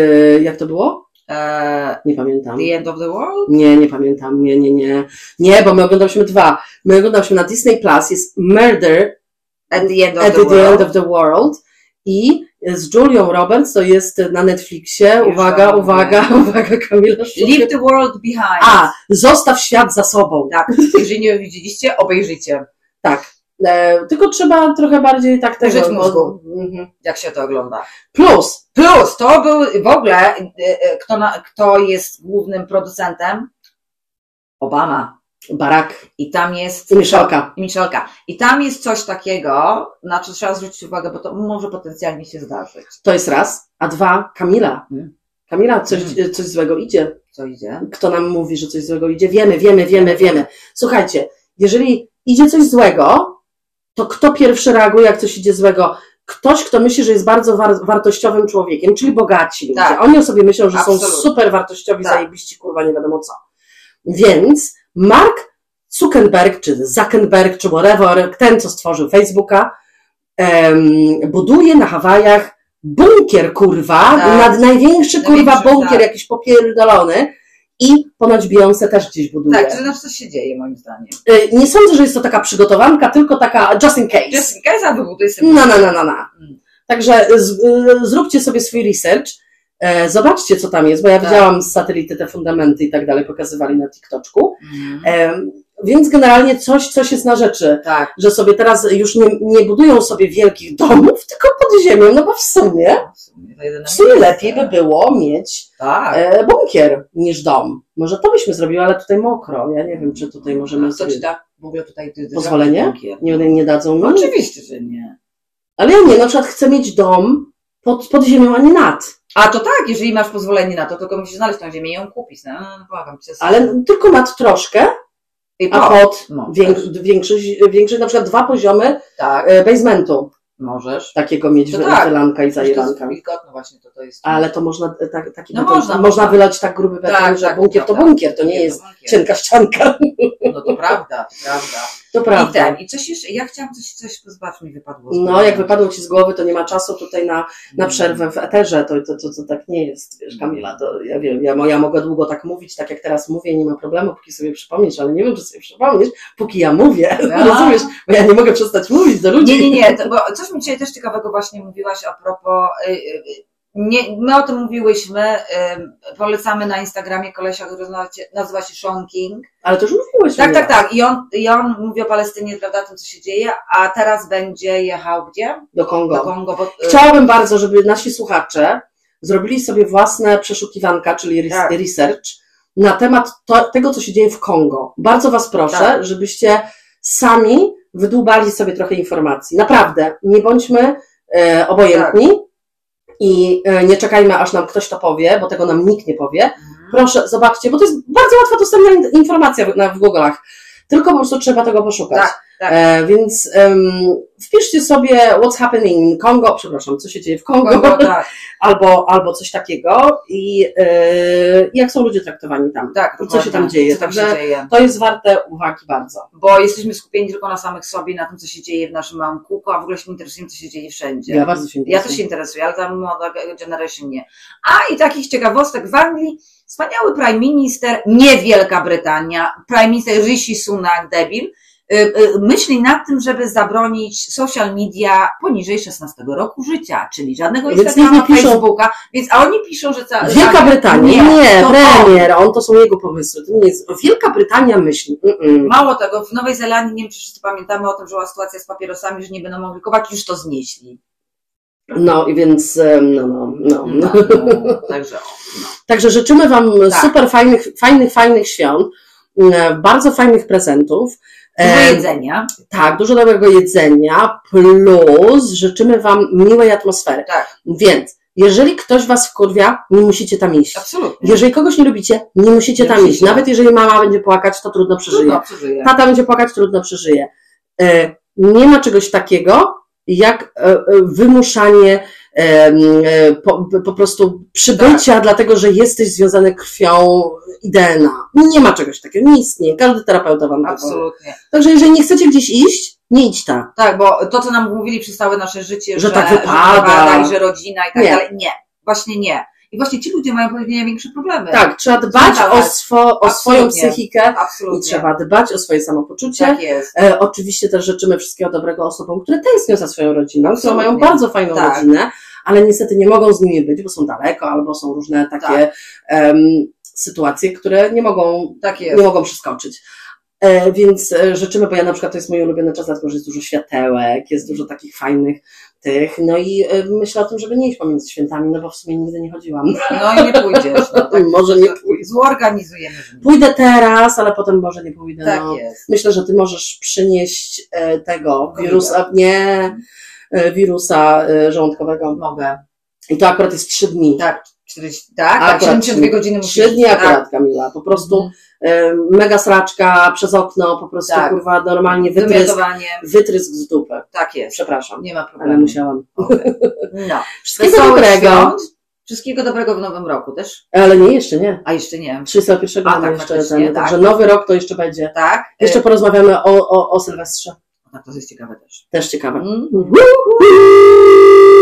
[SPEAKER 1] jak to było?
[SPEAKER 2] E,
[SPEAKER 1] Nie pamiętam.
[SPEAKER 2] the End of the World?
[SPEAKER 1] Nie, nie pamiętam, nie, nie, nie. Nie, bo my oglądaliśmy dwa. My oglądaliśmy na Disney Plus, jest Murder
[SPEAKER 2] At the End of
[SPEAKER 1] at
[SPEAKER 2] the
[SPEAKER 1] the, End
[SPEAKER 2] World.
[SPEAKER 1] of the World i z Julią Roberts, to jest na Netflixie,
[SPEAKER 2] Już
[SPEAKER 1] uwaga,
[SPEAKER 2] wam
[SPEAKER 1] uwaga, uwaga, Kamila
[SPEAKER 2] Leave the World Behind.
[SPEAKER 1] A, Zostaw świat za sobą.
[SPEAKER 2] Tak, jeżeli nie widzieliście, obejrzyjcie,
[SPEAKER 1] Tak. E, tylko trzeba trochę bardziej tak tego...
[SPEAKER 2] Użyć mózgu.
[SPEAKER 1] Mhm.
[SPEAKER 2] jak się to ogląda.
[SPEAKER 1] Plus,
[SPEAKER 2] Plus, to był w ogóle, y, y, kto, na, kto jest głównym producentem? Obama.
[SPEAKER 1] barak
[SPEAKER 2] I tam jest.
[SPEAKER 1] i mieszalka.
[SPEAKER 2] I Michelka. I tam jest coś takiego, na co trzeba zwrócić uwagę, bo to może potencjalnie się zdarzyć.
[SPEAKER 1] To jest raz. A dwa, Kamila.
[SPEAKER 2] Mhm.
[SPEAKER 1] Kamila, coś, coś złego idzie.
[SPEAKER 2] Co idzie?
[SPEAKER 1] kto nam mówi, że coś złego idzie. Wiemy, wiemy, wiemy, wiemy. Słuchajcie, jeżeli idzie coś złego, to kto pierwszy reaguje, jak coś idzie złego? Ktoś, kto myśli, że jest bardzo war- wartościowym człowiekiem, czyli bogaci. ludzie.
[SPEAKER 2] Tak.
[SPEAKER 1] Oni o sobie myślą, że są
[SPEAKER 2] Absolutnie.
[SPEAKER 1] super wartościowi,
[SPEAKER 2] Tak.
[SPEAKER 1] zajebiści, kurwa, nie wiadomo co. Więc Mark Zuckerberg, czy Zuckerberg, czy whatever, ten, co stworzył Facebooka, em, buduje na Hawajach bunkier, kurwa,
[SPEAKER 2] Tak.
[SPEAKER 1] nad największy, kurwa,
[SPEAKER 2] Największy,
[SPEAKER 1] bunkier,
[SPEAKER 2] tak.
[SPEAKER 1] jakiś popierdolony i ponoć Beyoncé też gdzieś buduje.
[SPEAKER 2] Tak, czyli znaczy coś się dzieje moim zdaniem.
[SPEAKER 1] Y, Nie sądzę, że jest to taka przygotowanka, tylko taka just in case.
[SPEAKER 2] Jessica jest wybuduj sobie.
[SPEAKER 1] No, no, no, no, no.
[SPEAKER 2] Mm.
[SPEAKER 1] Także z, y, zróbcie sobie swój research, e, zobaczcie co tam jest, bo ja
[SPEAKER 2] Tak.
[SPEAKER 1] widziałam z satelity te fundamenty i tak dalej, pokazywali na TikToczku.
[SPEAKER 2] Mhm.
[SPEAKER 1] Em, Więc generalnie coś, coś jest na rzeczy,
[SPEAKER 2] Tak.
[SPEAKER 1] że sobie teraz już nie, nie budują sobie wielkich domów, tylko pod ziemią, no bo w sumie,
[SPEAKER 2] W sumie to jedyne
[SPEAKER 1] w sumie
[SPEAKER 2] miejsce.
[SPEAKER 1] lepiej by było mieć
[SPEAKER 2] Tak.
[SPEAKER 1] e, bunkier niż dom. Może to byśmy zrobiły, ale tutaj mokro, ja nie wiem, czy tutaj możemy
[SPEAKER 2] Co ci
[SPEAKER 1] zrobić.
[SPEAKER 2] da w ogóle tutaj ty- ty-
[SPEAKER 1] Pozwolenie?
[SPEAKER 2] bunkier?
[SPEAKER 1] Nie, nie dadzą mi.
[SPEAKER 2] No, oczywiście, że nie.
[SPEAKER 1] Ale ja nie, na przykład chcę mieć dom pod, pod ziemią, a nie nad.
[SPEAKER 2] A to tak, jeżeli masz pozwolenie na to, tylko musisz znaleźć tą ziemię i ją kupić. No, no, no błagam cię.
[SPEAKER 1] Ale tylko nad troszkę,
[SPEAKER 2] I
[SPEAKER 1] a
[SPEAKER 2] po,
[SPEAKER 1] pod
[SPEAKER 2] no,
[SPEAKER 1] większy, większy, większy, na przykład dwa poziomy
[SPEAKER 2] tak,
[SPEAKER 1] e, basementu
[SPEAKER 2] możesz.
[SPEAKER 1] takiego mieć,
[SPEAKER 2] To
[SPEAKER 1] wy-
[SPEAKER 2] tak.
[SPEAKER 1] wylanka i
[SPEAKER 2] Przecież To jest
[SPEAKER 1] zajelanka.
[SPEAKER 2] wilgotne właśnie, to, to jest...
[SPEAKER 1] Ale to można e, tak, taki
[SPEAKER 2] No
[SPEAKER 1] beton,
[SPEAKER 2] można,
[SPEAKER 1] można
[SPEAKER 2] można.
[SPEAKER 1] wylać tak gruby beton,
[SPEAKER 2] Tak,
[SPEAKER 1] że
[SPEAKER 2] tak,
[SPEAKER 1] bunkier to
[SPEAKER 2] tak,
[SPEAKER 1] bunkier, to nie jest
[SPEAKER 2] bunkier.
[SPEAKER 1] cienka ścianka.
[SPEAKER 2] No to prawda, to prawda.
[SPEAKER 1] To
[SPEAKER 2] I tak.
[SPEAKER 1] prawda.
[SPEAKER 2] ten, i coś jeszcze, ja chciałam coś, coś pozbacz mi wypadło. z
[SPEAKER 1] No,
[SPEAKER 2] głowy.
[SPEAKER 1] jak wypadło ci z głowy, to nie ma czasu tutaj na, na
[SPEAKER 2] Mm.
[SPEAKER 1] przerwę w eterze. To, to, to, to tak nie jest, wiesz, Kamila. To ja wiem, ja, mo- ja mogę długo tak mówić, tak jak teraz mówię, nie ma problemu, póki sobie przypomnisz, ale nie wiem, czy sobie przypomnisz, póki ja mówię.
[SPEAKER 2] A.
[SPEAKER 1] Rozumiesz? Bo ja nie mogę przestać mówić do ludzi.
[SPEAKER 2] No. Nie, nie, nie, to, bo coś mi dzisiaj też ciekawego właśnie mówiłaś a propos. y, y, Nie, my o tym mówiłyśmy. y, Polecamy na Instagramie kolesia, który nazywa się- nazywa się Sean King.
[SPEAKER 1] Ale to już mówiłeś.
[SPEAKER 2] Tak,
[SPEAKER 1] o
[SPEAKER 2] tak,
[SPEAKER 1] mnie.
[SPEAKER 2] tak. I on, I on mówi o Palestynie, prawda, o tym, co się dzieje, a teraz będzie jechał gdzie?
[SPEAKER 1] Do Kongo.
[SPEAKER 2] Do Kongo, bo. y,
[SPEAKER 1] Chciałabym bardzo, żeby nasi słuchacze zrobili sobie własne przeszukiwanka, czyli res-
[SPEAKER 2] Tak.
[SPEAKER 1] research, na temat to, tego, co się dzieje w Kongo. Bardzo Was proszę,
[SPEAKER 2] Tak.
[SPEAKER 1] żebyście sami wydłubali sobie trochę informacji. Naprawdę, nie bądźmy e, obojętni
[SPEAKER 2] Tak.
[SPEAKER 1] i e, nie czekajmy, aż nam ktoś to powie, bo tego nam nikt nie powie. Proszę, zobaczcie, bo to jest bardzo łatwo dostępna in- informacja w, na, w Google'ach. Tylko po prostu trzeba tego poszukać.
[SPEAKER 2] Tak, tak.
[SPEAKER 1] E, więc em, wpiszcie sobie what's happening in Kongo, przepraszam, co się dzieje w Kongo,
[SPEAKER 2] Kongo, tak,
[SPEAKER 1] albo, albo coś takiego i e, jak są ludzie traktowani tam.
[SPEAKER 2] tak.
[SPEAKER 1] Co się tam
[SPEAKER 2] dokładnie.
[SPEAKER 1] dzieje,
[SPEAKER 2] Co tam się
[SPEAKER 1] także-
[SPEAKER 2] dzieje?
[SPEAKER 1] To jest warte uwagi bardzo.
[SPEAKER 2] Bo jesteśmy skupieni tylko na samych sobie, na tym, co się dzieje w naszym małym kółku, a w ogóle się nie interesujemy, co się dzieje wszędzie.
[SPEAKER 1] Ja bardzo się
[SPEAKER 2] Ja
[SPEAKER 1] interesuję.
[SPEAKER 2] też się interesuję, ale tam młoda generation nie. A i takich ciekawostek w Anglii. Wspaniały prime minister, nie Wielka Brytania, prime minister Rishi Sunak, debil, y, y, myśli nad tym, żeby zabronić social media poniżej 16 roku życia, czyli żadnego
[SPEAKER 1] Więc niech
[SPEAKER 2] Instagrama,
[SPEAKER 1] nie piszą-
[SPEAKER 2] Facebooka, więc a oni piszą, że... Ca,
[SPEAKER 1] Wielka
[SPEAKER 2] że-
[SPEAKER 1] Brytania,
[SPEAKER 2] Nie,
[SPEAKER 1] nie,
[SPEAKER 2] to
[SPEAKER 1] premier, on to są jego pomysły, to nie jest, Wielka Brytania myśli, mm
[SPEAKER 2] Mało tego, w Nowej Zelandii, nie wiem czy wszyscy pamiętamy o tym, że była sytuacja z papierosami, że nie będą mogli kować, już to znieśli.
[SPEAKER 1] no i więc, em, no, no, no.
[SPEAKER 2] No, no, także o, no.
[SPEAKER 1] Także życzymy Wam
[SPEAKER 2] Tak.
[SPEAKER 1] super fajnych, fajnych, fajnych świąt, m, bardzo fajnych prezentów.
[SPEAKER 2] Dużo
[SPEAKER 1] Em,
[SPEAKER 2] jedzenia.
[SPEAKER 1] Tak, dużo dobrego jedzenia, plus życzymy Wam miłej atmosfery.
[SPEAKER 2] Tak.
[SPEAKER 1] Więc, jeżeli ktoś Was wkurwia, nie musicie tam iść.
[SPEAKER 2] Absolutnie.
[SPEAKER 1] Jeżeli kogoś nie lubicie, nie musicie
[SPEAKER 2] Nie
[SPEAKER 1] tam
[SPEAKER 2] musicie.
[SPEAKER 1] iść. Nawet jeżeli mama będzie płakać, to trudno przeżyje.
[SPEAKER 2] Trudno przeżyje.
[SPEAKER 1] Tata będzie płakać, trudno przeżyje. E, Nie ma czegoś takiego, jak e, e, wymuszanie e, e, po, po prostu przybycia, dlatego że jesteś związany krwią i DNA. Nie ma czegoś takiego, nie istnieje. Każdy terapeuta wam to powie.
[SPEAKER 2] Absolutnie.
[SPEAKER 1] Także jeżeli nie chcecie gdzieś iść, nie idź tam.
[SPEAKER 2] Tak, bo to, co nam mówili przez całe nasze życie,
[SPEAKER 1] Że tak wypada.
[SPEAKER 2] i że rodzina i tak
[SPEAKER 1] Nie.
[SPEAKER 2] dalej. Nie, właśnie nie. I właśnie ci ludzie mają pewnie największe problemy.
[SPEAKER 1] Tak, trzeba dbać o,
[SPEAKER 2] Zdecydowanie.
[SPEAKER 1] swo, o swoją
[SPEAKER 2] Absolutnie.
[SPEAKER 1] psychikę i
[SPEAKER 2] absolutnie.
[SPEAKER 1] trzeba dbać o swoje samopoczucie.
[SPEAKER 2] Tak jest.
[SPEAKER 1] E, oczywiście też życzymy wszystkiego dobrego osobom, które tęsknią za swoją rodziną, które
[SPEAKER 2] Absolutnie.
[SPEAKER 1] mają bardzo fajną
[SPEAKER 2] Tak.
[SPEAKER 1] rodzinę, ale niestety nie mogą z nimi być, bo są daleko albo są różne takie em, sytuacje, które nie mogą,
[SPEAKER 2] Tak
[SPEAKER 1] nie
[SPEAKER 2] jest.
[SPEAKER 1] mogą przeskoczyć. E, więc e, życzymy, bo ja na przykład to jest mój ulubiony czas, dlatego że jest dużo światełek, jest dużo takich fajnych tych, no i e, myślę o tym, żeby nie iść pomiędzy świętami, no bo w sumie nigdy nie chodziłam.
[SPEAKER 2] No i nie pójdziesz. No, tak.
[SPEAKER 1] Może nie pójdę.
[SPEAKER 2] Zorganizujemy.
[SPEAKER 1] Pójdę teraz, ale potem może nie pójdę.
[SPEAKER 2] Tak
[SPEAKER 1] no.
[SPEAKER 2] jest.
[SPEAKER 1] Myślę, że ty możesz przynieść e, tego
[SPEAKER 2] Covida.
[SPEAKER 1] wirusa, nie, e, wirusa e, żołądkowego.
[SPEAKER 2] Mogę.
[SPEAKER 1] I to akurat jest trzy dni.
[SPEAKER 2] Tak. 40, tak, tak,
[SPEAKER 1] Akurat
[SPEAKER 2] 72 godziny musisz.
[SPEAKER 1] Trzy dni
[SPEAKER 2] tak.
[SPEAKER 1] akurat, Kamila, po prostu e, mega sraczka przez okno, po prostu
[SPEAKER 2] Mhm. Tak.
[SPEAKER 1] kurwa normalnie wytrysk,
[SPEAKER 2] Wymiotowanie,
[SPEAKER 1] wytrysk z dupy.
[SPEAKER 2] tak jest.
[SPEAKER 1] Przepraszam,
[SPEAKER 2] Nie no. ma
[SPEAKER 1] ale
[SPEAKER 2] problemu.
[SPEAKER 1] musiałam.
[SPEAKER 2] No.
[SPEAKER 1] Wszystkiego
[SPEAKER 2] Wesołych
[SPEAKER 1] dobrego,
[SPEAKER 2] świąt. Wszystkiego dobrego w nowym roku też.
[SPEAKER 1] ale nie, jeszcze nie.
[SPEAKER 2] A jeszcze nie.
[SPEAKER 1] 31
[SPEAKER 2] A,
[SPEAKER 1] mamy
[SPEAKER 2] tak,
[SPEAKER 1] jeszcze
[SPEAKER 2] faktycznie,
[SPEAKER 1] ten,
[SPEAKER 2] tak.
[SPEAKER 1] także nowy rok to jeszcze będzie.
[SPEAKER 2] Tak?
[SPEAKER 1] Jeszcze porozmawiamy o, o, o Sylwestrze,
[SPEAKER 2] E, Tak, to jest ciekawe też.
[SPEAKER 1] też ciekawe.
[SPEAKER 2] Mm.
[SPEAKER 1] Mhm.